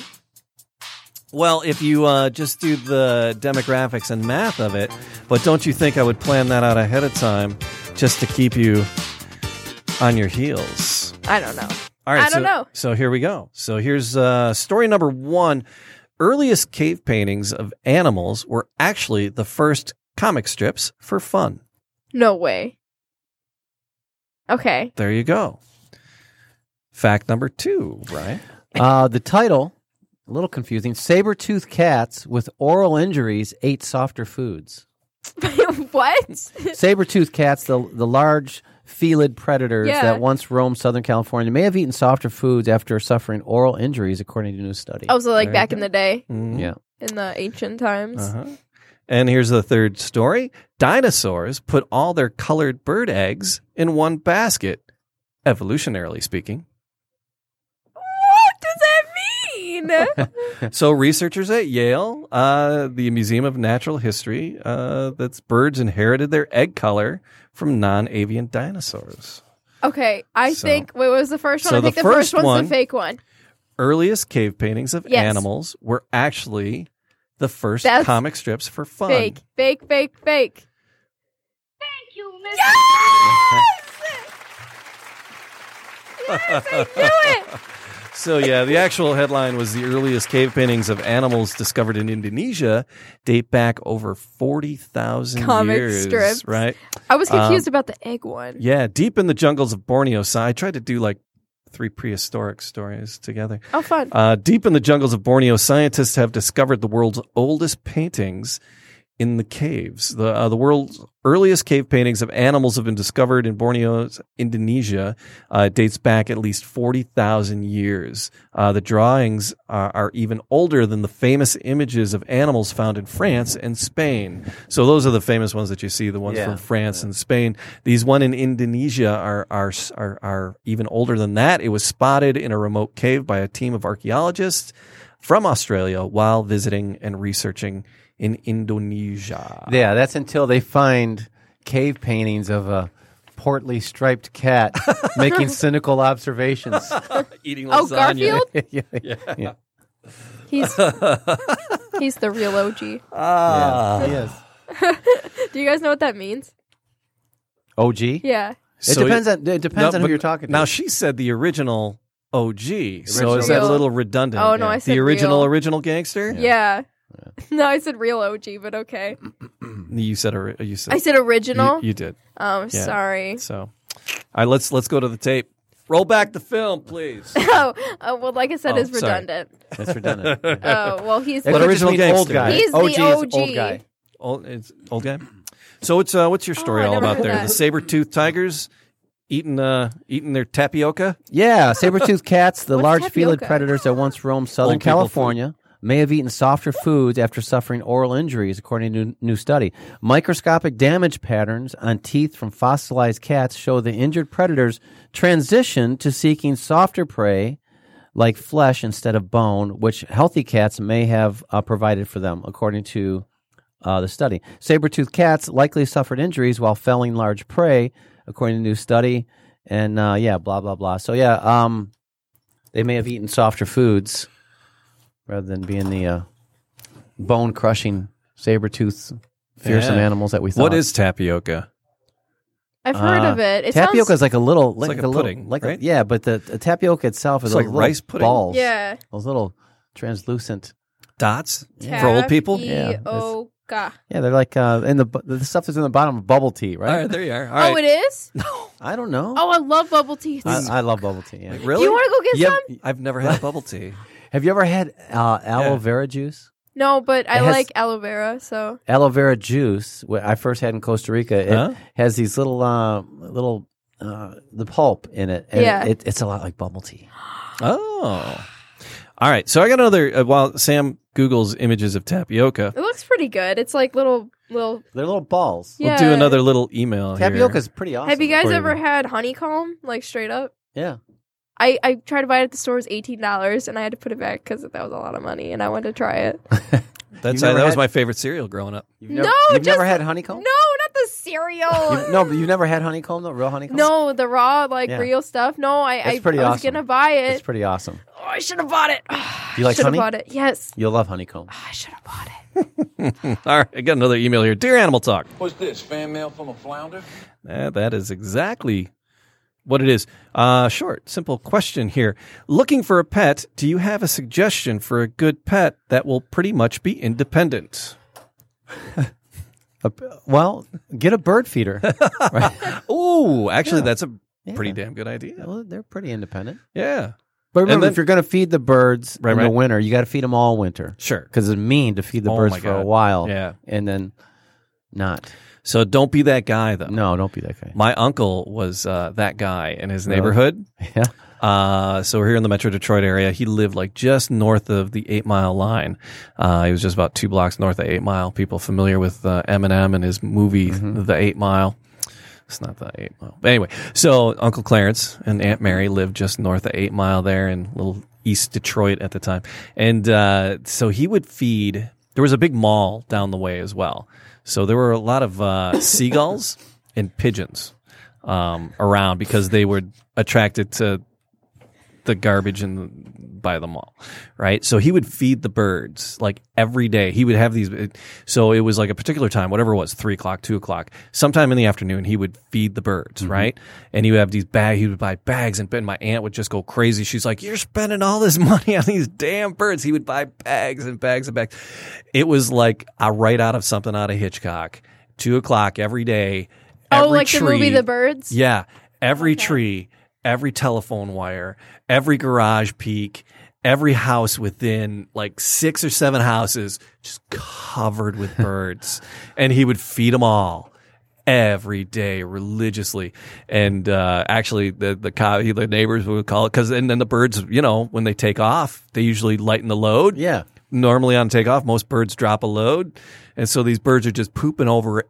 Well, if you uh, just do the demographics and math of it, but don't you think I would plan that out ahead of time just to keep you on your heels? I don't know. All right, I so, don't know. So here we go. So here's uh, story number one. Earliest cave paintings of animals were actually the first comic strips for fun. No way. Okay. There you go. Fact number two, right? Uh, the title, a little confusing Saber-toothed cats with oral injuries ate softer foods. what? Saber-toothed cats, the, the large felid predators Yeah. that once roamed Southern California, may have eaten softer foods after suffering oral injuries, according to a new study. Also, like There you back in go. the day, Mhm. Yeah. in the ancient times. Uh-huh. And here's the third story dinosaurs put all their colored bird eggs in one basket, evolutionarily speaking. Uh-huh. What does that mean? so, researchers at Yale, uh, the Museum of Natural History, uh, that's birds inherited their egg color from non avian dinosaurs. okay. I So- think. Wait, what was the first one? So I think the the, first first, one's one- the fake one. Earliest cave paintings of Yes. animals were actually the first That's comic strips for fun. Fake. Fake. Fake. Fake. Thank you, Miss. I knew it. So yeah, the actual headline was the earliest cave paintings of animals discovered in Indonesia date back over forty thousand Comic years. strips. Right? I was Um, confused about the egg one. Yeah, deep in the jungles of Borneo. So I tried to do like three prehistoric stories together. Oh, fun. Uh, deep in the jungles of Borneo, scientists have discovered the world's oldest paintings in the caves. The, uh, the world's earliest cave paintings of animals have been discovered in Borneo's Indonesia. Uh, it dates back at least 40,000 years. Uh, the drawings are, are even older than the famous images of animals found in France and Spain. So those are the famous ones that you see, the ones Yeah. from France and Spain. These one in Indonesia are, are are are even older than that. It was spotted in a remote cave by a team of archaeologists from Australia while visiting and researching in Indonesia. Yeah, that's until they find cave paintings of a portly striped cat making cynical observations. Eating Oh, Garfield. yeah. He's he's the real OG. Do Ah. Yes. you guys know what that means? OG? Yeah. It depends on it depends on who you're talking to. Now she said the original OG. So is Original. that a little redundant? Oh, no, I said the original real. original gangster. Yeah. No, I said real OG, but okay. You said ori- you said I said original. you, you did. um, yeah. sorry. So, all right, let's let's go to the tape. Roll back the film, please. Oh, uh, well, like I said, Oh, it's sorry. redundant. that's redundant. It Oh, well, he's could just the, original mean gangster. old guy. He's the OG is OG. old guy. old, it's old guy. So it's uh, what's your story Oh, all I never about heard there? that. The saber toothed tigers eating uh eating their tapioca. Yeah, saber-toothed cats, the What's large felid tapioca? predators that once roamed Southern Old people California, may have eaten softer foods after suffering oral injuries, according to a new study. Microscopic damage patterns on teeth from fossilized cats show the injured predators transitioned to seeking softer prey like flesh instead of bone, which healthy cats may have uh, provided for them, according to uh, the study. Saber-toothed cats likely suffered injuries while felling large prey, according to a new study. And uh, yeah, blah blah blah. So yeah, um, they may have eaten softer foods rather than being the uh, bone-crushing saber-toothed fearsome Yeah. animals that we thought. What is tapioca? I've heard Ah. Uh, of it. It tapioca? sounds, Is like a little, like, like a a, little, pudding, like a- right? yeah, but the, the tapioca itself is It's those like little rice pudding? balls. yeah. those little translucent Dots Tap- for old people. Yeah. Oh, God. Yeah, they're like uh, in the bu- the stuff that's in the bottom of bubble tea, All right? right, there you are. All Oh, right. Uh, it is? I don't know. Oh, I love bubble tea. It's- I, I love bubble tea. Yeah. really? You want to go get Yeah, some? I've never had bubble tea. Have you ever had uh, aloe Yeah. vera juice? No, but I It has- like aloe vera, so Aloe vera juice, what I first had in Costa Rica, it Huh? has these little uh, little uh, the pulp in it, and Yeah. it, it's a lot like bubble tea. Oh. All right. So I got another. Uh, while Sam Googles images of tapioca, it looks pretty good. It's like little little. They're little balls. Yeah. we'll do another little Oh, email. here. Tapioca's pretty awesome. Have you guys Or- ever had honeycomb? Like straight up? Yeah. I, I tried to buy it at the store. It was eighteen dollars, and I had to put it back because that was a lot of money, and I wanted to try it. That's uh, You've never that was had- my favorite cereal growing up. You've never, No, you've never just- had honeycomb. No, not the cereal. You've- no, but you've never had honeycomb though, real honeycomb. no, the raw like Yeah. real stuff. No, I It's I, pretty I was awesome. gonna buy it's it. pretty awesome. oh, I should have bought it. You like should have honey? bought it. Yes, You'll love honeycomb. I should have bought it. All right, I got another email here. Dear Animal Talk. What's this? Fan mail from a flounder? Eh, that is exactly what it is. Uh, short, simple question here. Looking for a pet, do you have a suggestion for a good pet that will pretty much be independent? A- well, get a bird feeder. Oh, actually, that's a pretty Yeah. damn good idea. Well, they're pretty independent. Yeah. But And remember, then- if you're going to feed the birds Right, in right. the winter, you got to feed them all winter Sure. because it's mean to feed the Oh birds my for a God. while Yeah. and then not. So don't be that guy, though. No, don't be that guy. My uncle was uh, that guy in his Really? neighborhood. Yeah. Uh, so we're here in the Metro Detroit area. He lived like just north of the Eight Mile line. Uh, he was just about two blocks north of Eight Mile. People familiar with uh, Eminem and his movie The Eight Mile. It's not the Eight Mile, but anyway. So Uncle Clarence and Aunt Mary lived just north of Eight Mile there in little East Detroit at the time, and uh, so he would feed. There was a big mall down the way as well, so there were a lot of uh, seagulls and pigeons um, around because they were attracted to the garbage in the, by the mall, right? So he would feed the birds like every day. He would have these. it- So it was like a particular time, whatever it was, three o'clock, two o'clock, sometime in the afternoon. He would feed the birds, right? And he would have these bag. He would buy bags, and, and my aunt would just go crazy. She's like, "You're spending all this money on these damn birds." He would buy bags and bags and bags. It was like I right out of something out of Hitchcock. Two o'clock every day. Oh, every like the movie tree- The Birds. yeah. Every tree, every telephone wire, every garage peak, every house within like six or seven houses just covered with birds. and he would feed them all every day religiously. And uh, actually, the the, co- the neighbors would call it because, and then the birds, you know, when they take off, they usually lighten the load Yeah. normally on takeoff, most birds drop a load, and so these birds are just pooping over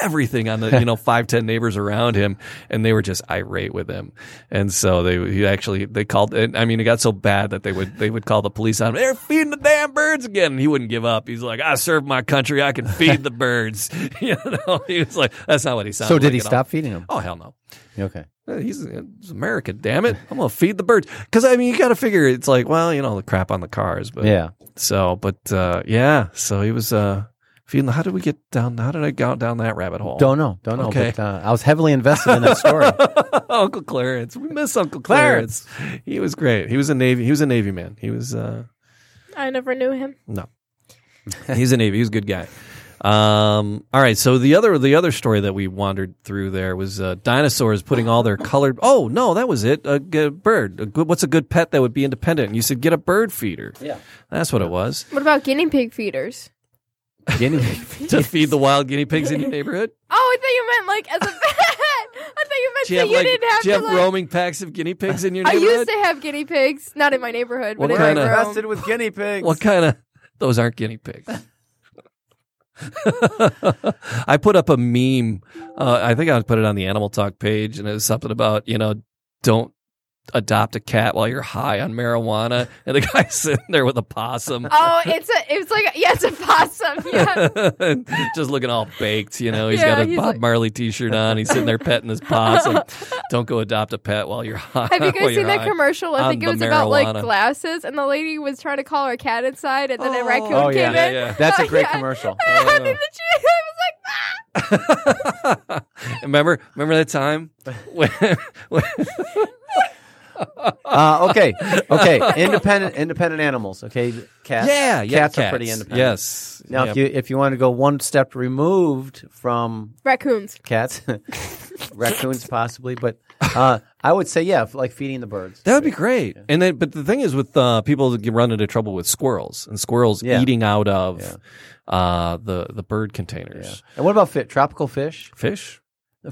everything on the you know five ten neighbors around him, and they were just irate with him, and so they he actually they called. and, I mean, it got so bad that they would they would call the police on him. They're feeding the damn birds again. And he wouldn't give up. He's like, I serve my country. I can feed the birds. You know, he was like, that's not what he sounded. So did like he at all. stop feeding them? Oh hell no. Okay. Uh, He's, he's America, damn it! I'm gonna feed the birds because I mean you got to figure it's like well you know the crap on the cars, but Yeah. so, but uh, yeah, so he was uh, feeling. How did we get down? How did I go down that rabbit hole? Don't know. Don't know. Okay. But, uh, I was heavily invested in that story. Uncle Clarence. We miss Uncle Clarence. He was great. He was a navy. He was a navy man. He was uh, I never knew him. no. He's a navy. He was a good guy. Um, all right. So the other the other story that we wandered through there was uh, dinosaurs putting all their colored. Oh no, that was it. A good bird. A good, what's a good pet that would be independent? And you said get a bird feeder. Yeah, that's what it was What about guinea pig feeders? Guinea pig. to feed the wild guinea pigs in your neighborhood. Oh, I thought you meant like as a pet. I thought you meant Do you that have you like, didn't have do you to have like. roaming packs of guinea pigs in your I neighborhood? used to have guinea pigs, not in my neighborhood, What but in kind my of- room. Infested with guinea pigs. What kind of? Those aren't guinea pigs. I put up a meme. Uh, I think I put it on the Animal Talk page, and it was something about you know don't adopt a cat while you're high on marijuana. And the guy's sitting there with a possum, Oh, it's a, it's like, yeah, it's a possum. Uh, Yeah. just looking all baked. You know, he's Yeah, got a he's Bob like- Marley T-shirt on. He's sitting there petting his possum. don't go adopt a pet while you're high. Have you while Oh, guys you're seen that high. commercial? I on think it the was about like marijuana. glasses, and the lady was trying to call her cat inside, and then a raccoon Oh, yeah. came Yeah, in. yeah. That's a great Yeah. commercial. I had it in the tree. I was like, "Ah!" remember, remember that time when, when Uh, okay, okay. Independent, independent animals. Okay, cats. Yeah, yeah, cats, are pretty independent. Yes. Now, Yep. if you if you want to go one step removed from raccoons. cats, raccoons possibly, but uh, I would say yeah, f- like feeding the birds. that would be great. And then, but the thing is, with uh, people that get run into trouble with squirrels and squirrels Yeah. eating out of uh, the the bird containers, And what about fit tropical fish? fish,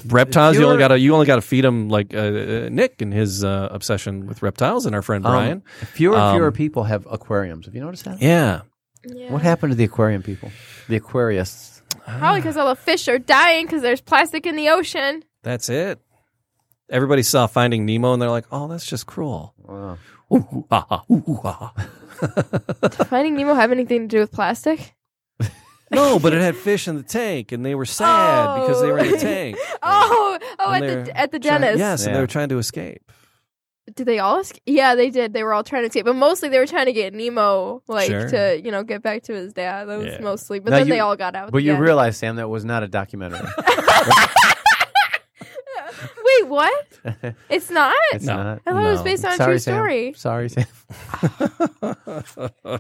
reptiles. You only fewer- got to you only got to feed them like uh, uh, Nick and his uh, obsession with reptiles and our friend Um, Brian. Fewer and fewer Um, people have aquariums. Have you noticed that? Yeah, Yeah. What happened to the aquarium people? The aquarists. Probably because all the fish are dying because there's plastic in the ocean. that's it. Everybody saw Finding Nemo and they're like, "Oh, that's just cruel." Wow. Ooh, ooh, ah, ah, ooh, ooh, ah, ah. Finding Nemo have anything to do with plastic? No, but it had fish in the tank, and they were sad because they were in the Oh. tank. Oh, oh, And at they're the at the trying- dentist. yes, and they Yeah. were trying to escape. Did they all escape? Yeah, they did. They were all trying to escape, but mostly they were trying to get Nemo, like Sure. to you know get back to his dad. That was Yeah. mostly. But Now then you- they all got out. at But the you end. realize, Sam, that was not a documentary. Wait, what? It's not. It's No. not. I thought it was No. based on a Sorry, true Sam. story. Sorry, Sam.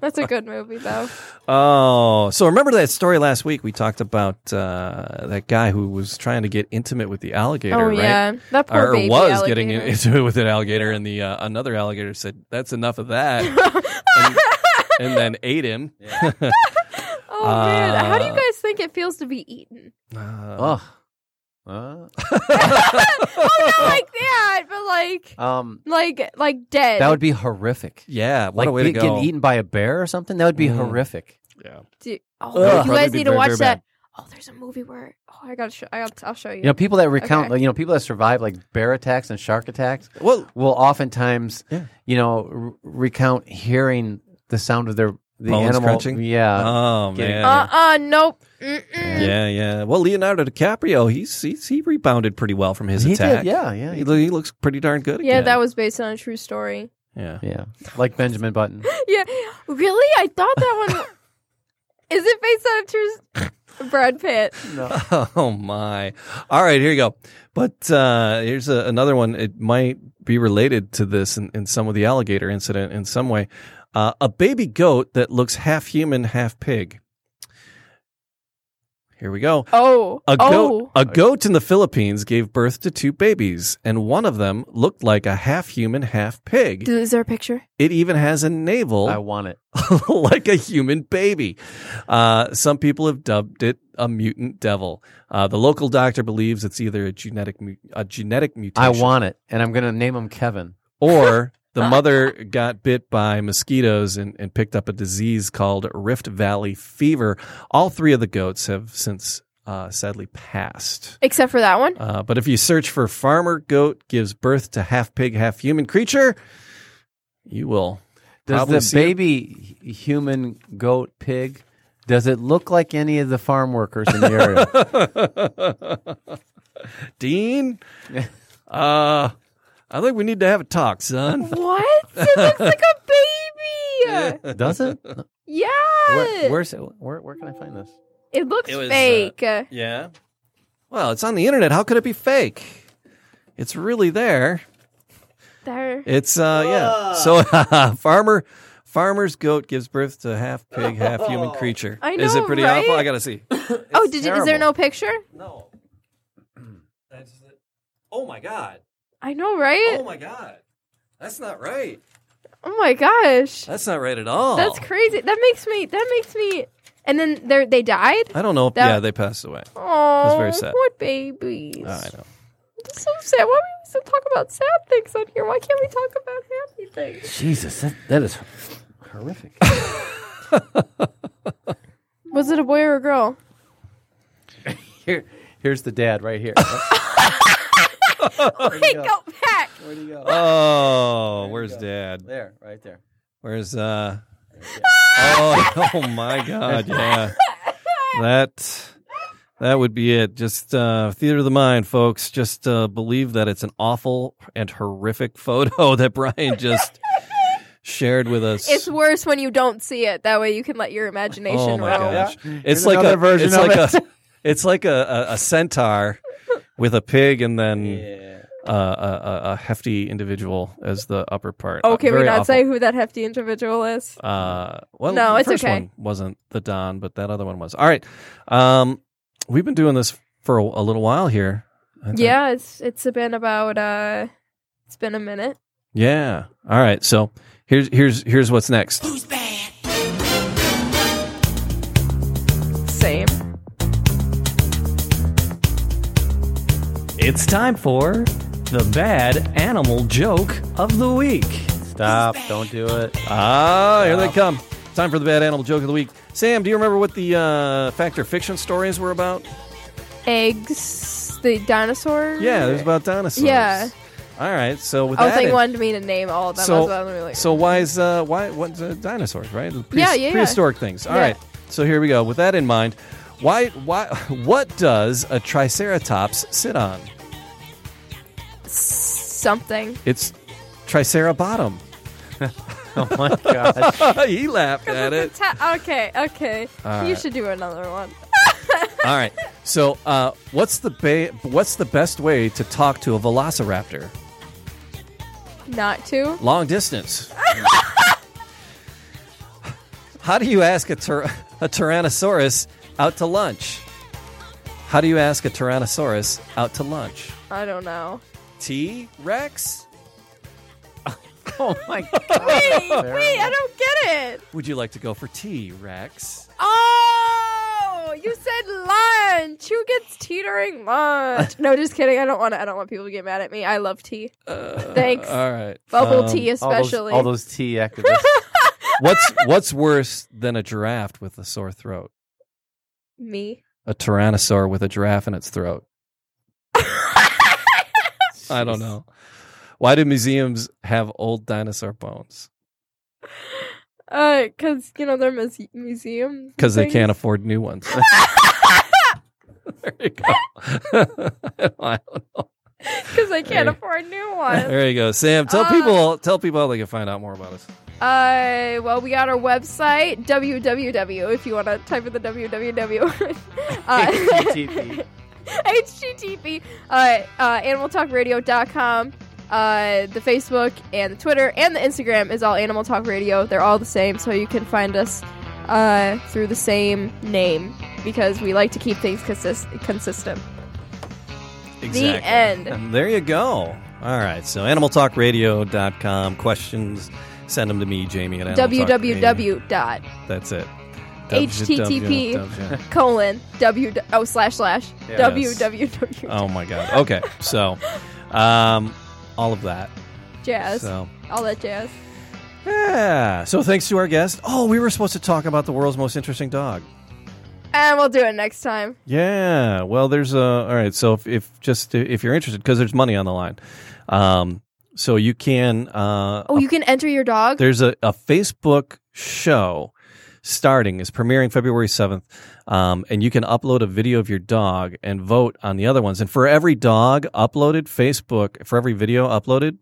That's a good movie though. Oh, so remember that story last week? We talked about uh, that guy who was trying to get intimate with the alligator, oh right? yeah, that poor Or, baby was alligator. getting in- intimate with an alligator, and the uh, another alligator said, "That's enough of that," and, and then ate him. Oh man, how do you Uh, guys think it feels to be eaten? Uh, Oh. Uh, Oh, not like that, but like, um, like, like dead. that would be horrific. yeah, what like a way to be- go! getting eaten by a bear or something. That would be Mm. horrific. Do- That would oh, you probably guys be need to very, watch very that. bad. Oh, there's a movie where oh, I gotta, show, I gotta I'll show you. You know, people that recount, Okay. like, you know, people that survive like bear attacks and shark attacks well, will oftentimes, Yeah. you know, r- recount hearing the sound of their the Bones animal. crunching? Yeah, oh getting- man, uh, uh, nope. Mm-mm. yeah, yeah. Well, Leonardo DiCaprio, he's, he's he rebounded pretty well from his he attack. did. Yeah, yeah, he, lo- he looks pretty darn good. Yeah, again. that was based on a true story. yeah. yeah. Like Benjamin Button. Yeah, really? I thought that one. Is it based on a true? s- Brad Pitt. Oh my! All right, here you go. But uh, here's a, another one. It might be related to this in, in some of the alligator incident in some way. Uh, a baby goat that looks half human, half pig. Here we go. Oh, A goat, oh, a goat in the Philippines gave birth to two babies, and one of them looked like a half human, half pig. is there a picture? It even has a navel I want it. like a human baby. Uh, some people have dubbed it a mutant devil. Uh, the local doctor believes it's either a genetic mu- a genetic I mutation. want it, and I'm gonna name him Kevin. or the mother got bit by mosquitoes and, and picked up a disease called Rift Valley fever. All three of the goats have since uh, sadly passed. Except for that one. Uh, but if you search for farmer goat gives birth to half pig, half human creature, you will. Does probably the see it. baby h- human goat pig? Does it look like any of the farm workers in the area? Dean, uh, I think we need to have a talk, son. What? It looks like a baby. Does it? Yeah. Where, where's it? Where, where can I find this? it looks It was, uh, fake. Uh, Yeah. Well, it's on the internet. How could it be fake? It's really there. there. It's uh yeah. So farmer farmer's goat gives birth to half pig, half human creature. I Is it know, pretty right? awful? I gotta see. oh, did you, is there terrible. no picture? No. That's it. Oh my god. Oh I know, right? my god. That's not right. Oh, my gosh. That's not right at all. That's crazy. That makes me. That makes me. And then they they died. I don't know. if That- yeah, they passed away. Oh, very sad. what babies? I know. so sad. Why do we always talk about sad things on here? Why can't we talk about happy things? Jesus, that, that is horrific. Was it a boy or a girl? Here, here's the dad right here. Wait, go back. Where'd he go? Oh, where's Dad? There, right there. Where's uh? Ah! Oh, oh my God! Yeah, that that would be it. Just uh, theater of the mind, folks. Just uh, believe that it's an awful and horrific photo that Brian just shared with us. It's worse when you don't see it. That way you can let your imagination oh my roam. gosh! It's Here's like a another version it's of like it. a it's like a, a, a centaur with a pig and then. Yeah. uh, a, a- a hefty individual as the upper part. Oh, can Very we not awful. say who that hefty individual is? Uh, well, No, the it's first okay. one wasn't the Don, but that other one was. All right, um, we've been doing this for a, a little while here. I think. Yeah, it's it's been about uh, it's been a minute. yeah. All right, so here's here's here's what's next. Same. It's time for the bad animal joke of the week. Stop! Don't do it. Ah, here they come. Time for the bad animal joke of the week. Sam, do you remember what the uh, fact or fiction stories were about? Eggs, the dinosaur. Yeah, it was about dinosaurs. Yeah. All right, so with I was that, thinking in- wanted me to name all of them. I was about to be like, so why is uh, why what's uh, dinosaurs right? The Yeah, yeah, yeah. prehistoric things. All Yeah. right, so here we go. With that in mind, why why what does a triceratops sit on? something. It's tricerabottom. Oh my gosh! he laughed at it. okay, okay. you should do another one. All right. So uh, what's the ba- what's the best way to talk to a velociraptor? Not to. Long distance. How do you ask a, tyr- a Tyrannosaurus out to lunch? How do you ask a Tyrannosaurus out to lunch? I don't know. T Rex? Oh my Wait, God! wait, I don't get it. Would you like to go for T Rex? Oh, you said lunch. Who gets tea during lunch? No, just kidding. I don't want to. I don't want people to get mad at me. I love tea. Thanks. All right. Bubble Um, tea, All those, especially. all those tea activists. What's what's worse than a giraffe with a sore throat? Me. A tyrannosaur with a giraffe in its throat. I don't know. Why do museums have old dinosaur bones? Uh, cause you know they're muse- museum. Because they things. can't afford new ones. there you go. I don't know. Cause they can't There- afford new ones. There you go, Sam. Tell Uh, people tell people how they can find out more about us. Uh, well, we got our website www. If you want to type in the www, Uh, HTTP. HTTP, uh, uh, animaltalkradio.com. Uh, the Facebook and the Twitter and the Instagram is all Animal Talk Radio. They're all the same, so you can find us uh, through the same name because we like to keep things consist- consistent. The end. And there you go. All right. So animaltalkradio.com. Questions, send them to me, Jamie at Animal Talk Radio. www dot That's it. HTTP. colon w oh slash slash Yeah. www Oh, my God. Okay. So um, all of that. jazz So. all that jazz. Yeah. So thanks to our guest. Oh, we were supposed to talk about the world's most interesting dog. And we'll do it next time. Yeah. Well, there's a all right. So if, if just if you're interested, because there's money on the line, um, so you can. Uh, Oh, you can enter your dog? there's a, a Facebook show starting is premiering February 7th. Um, and you can upload a video of your dog and vote on the other ones. And for every dog uploaded, Facebook, for every video uploaded,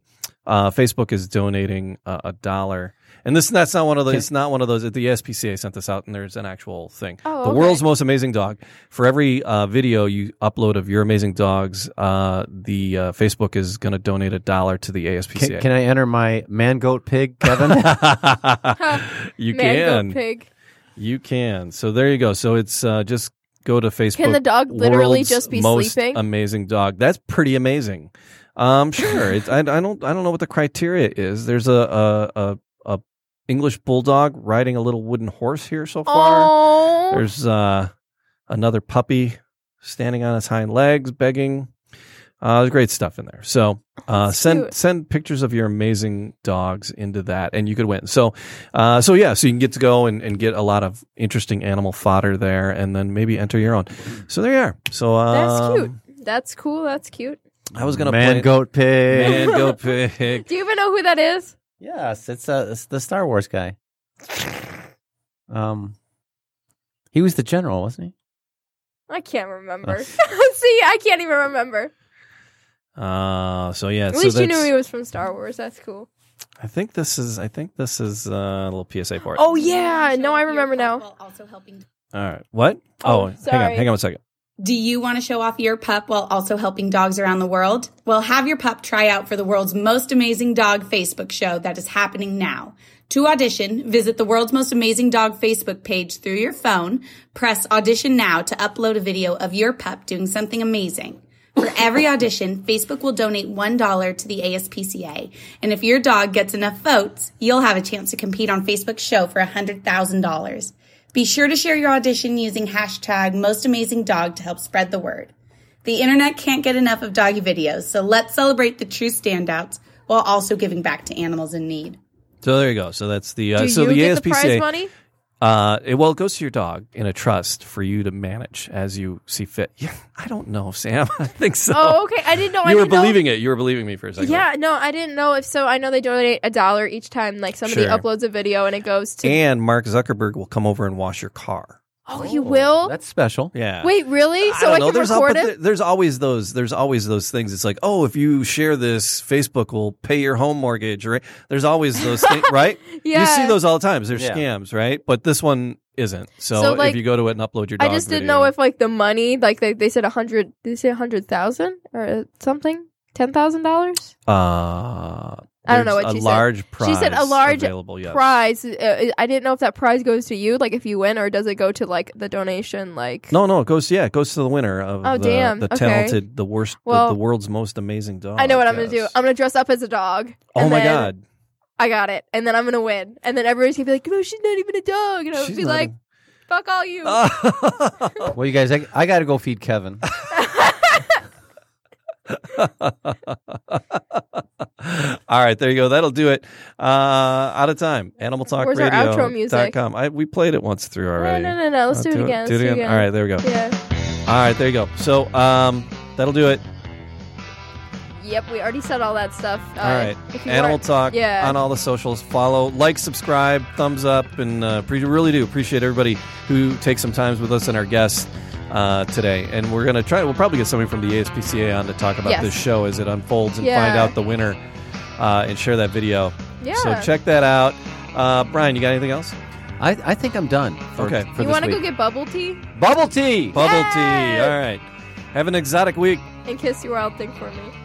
uh, Facebook is donating a, a dollar. And this that's not one of those. It's not one of those. The SPCA sent this out, and there's an actual thing. Oh, the okay. world's most amazing dog. For every uh, video you upload of your amazing dogs, uh, the uh, Facebook is going to donate a dollar to the ASPCA. Can, can I enter my man goat pig, Kevin? you Mango can. pig. You can. So there you go. So it's uh, just go to Facebook. Can the dog literally World's just be most sleeping? Amazing dog. That's pretty amazing. Um, sure. It's, I, I don't. I don't know what the criteria is. There's a a, a a English bulldog riding a little wooden horse here so far. Oh There's uh, another puppy standing on its hind legs begging. Uh, there's great stuff in there. So uh, That's send cute. send pictures of your amazing dogs into that, and you could win. So, uh, so yeah, so you can get to go and, and get a lot of interesting animal fodder there, and then maybe enter your own. So there you are. So That's um, cute. That's cool. That's cute. I was gonna man play goat pig. man go pick. Do you even know who that is? Yes, it's, uh, it's the Star Wars guy. Um, he was the general, wasn't he? I can't remember. See, I can't even remember. Uh, so yeah, At so least you knew that's- he was from Star Wars. That's cool. I think this is I think this is uh, a little PSA for it. Oh yeah, no, I remember now. While also helping. All right. What? Oh, Oh, hang on, sorry. hang on a second. Do you want to show off your pup while also helping dogs around the world? Well, have your pup try out for the world's most amazing dog Facebook show that is happening now. To audition, visit the world's most amazing dog Facebook page through your phone. Press audition now to upload a video of your pup doing something amazing. For every audition, Facebook will donate $1 to the ASPCA. And if your dog gets enough votes, you'll have a chance to compete on Facebook's show for $100,000. Be sure to share your audition using hashtag most amazing dog to help spread the word. The internet can't get enough of doggy videos, so let's celebrate the true standouts while also giving back to animals in need. So there you go. So that's the uh, Do so you the get ASPCA. the prize money? Uh, it, well, it goes to your dog in a trust for you to manage as you see fit. Yeah, I don't know, Sam. I think so. Oh, okay. I didn't know. I you were didn't know- believing it. You were believing me for a second. Yeah, no, I didn't know if so. I know they donate a dollar each time, like somebody Sure. uploads a video and it goes to. And Mark Zuckerberg will come over and wash your car. oh, you will? That's special. Yeah. Wait, really? I So don't I, know. can there's al- record but it? there- there's always those. There's always those things. It's like, oh, if you share this, Facebook will pay your home mortgage. Right? There's always those things, right? You see Yeah. those all the time. They're Yeah. scams, right? But this one isn't. So, So, if like, you go to it and upload your, I dog just didn't video- know if like the money, like they, they said a hundred, did they say a hundred thousand or something, ten thousand dollars Uh, I don't know there's what a she said. large prize. She said a large available, yes. prize. Uh, I didn't know if that prize goes to you, like if you win, or does it go to like the donation, like No, no, it goes. Yeah, it goes to the winner of Oh, the, damn. the Okay. talented, the worst, Well, the, the world's most amazing dog. I know what I'm gonna do. yes. I'm gonna dress up as a dog. oh and my then god, I got it, and then I'm gonna win, and then everybody's gonna be like, "No, she's not even a dog," and I'll She's be not like, a- Ah. "Fuck all you." Well, you guys, I, I got to go feed Kevin. All right, there you go. That'll do it. Uh, out of time. Where's our outro music? AnimalTalkRadio.com. I we played it once through no, already. no, no, no. Let's Uh, do, it again. Do it again. All right, there we go. Yeah. All right, there you go. So um, that'll do it. Yep. We already said all that stuff. Uh, All right, if you Animal weren't- Talk Yeah. on all the socials. Follow, like, subscribe, thumbs up, and uh, pre- really do appreciate everybody who takes some times with us and our guests uh, today. And we're gonna try. We'll probably get somebody from the ASPCA on to talk about Yes. this show as it unfolds and Yeah. find out the winner uh, and share that video. Yeah. So check that out. Uh, Brian, you got anything else? I, I think I'm done. For, Okay. For you want wanna go get bubble tea bubble tea? Bubble tea. Yes! All right. Have an exotic week. and kiss your wild thing for me?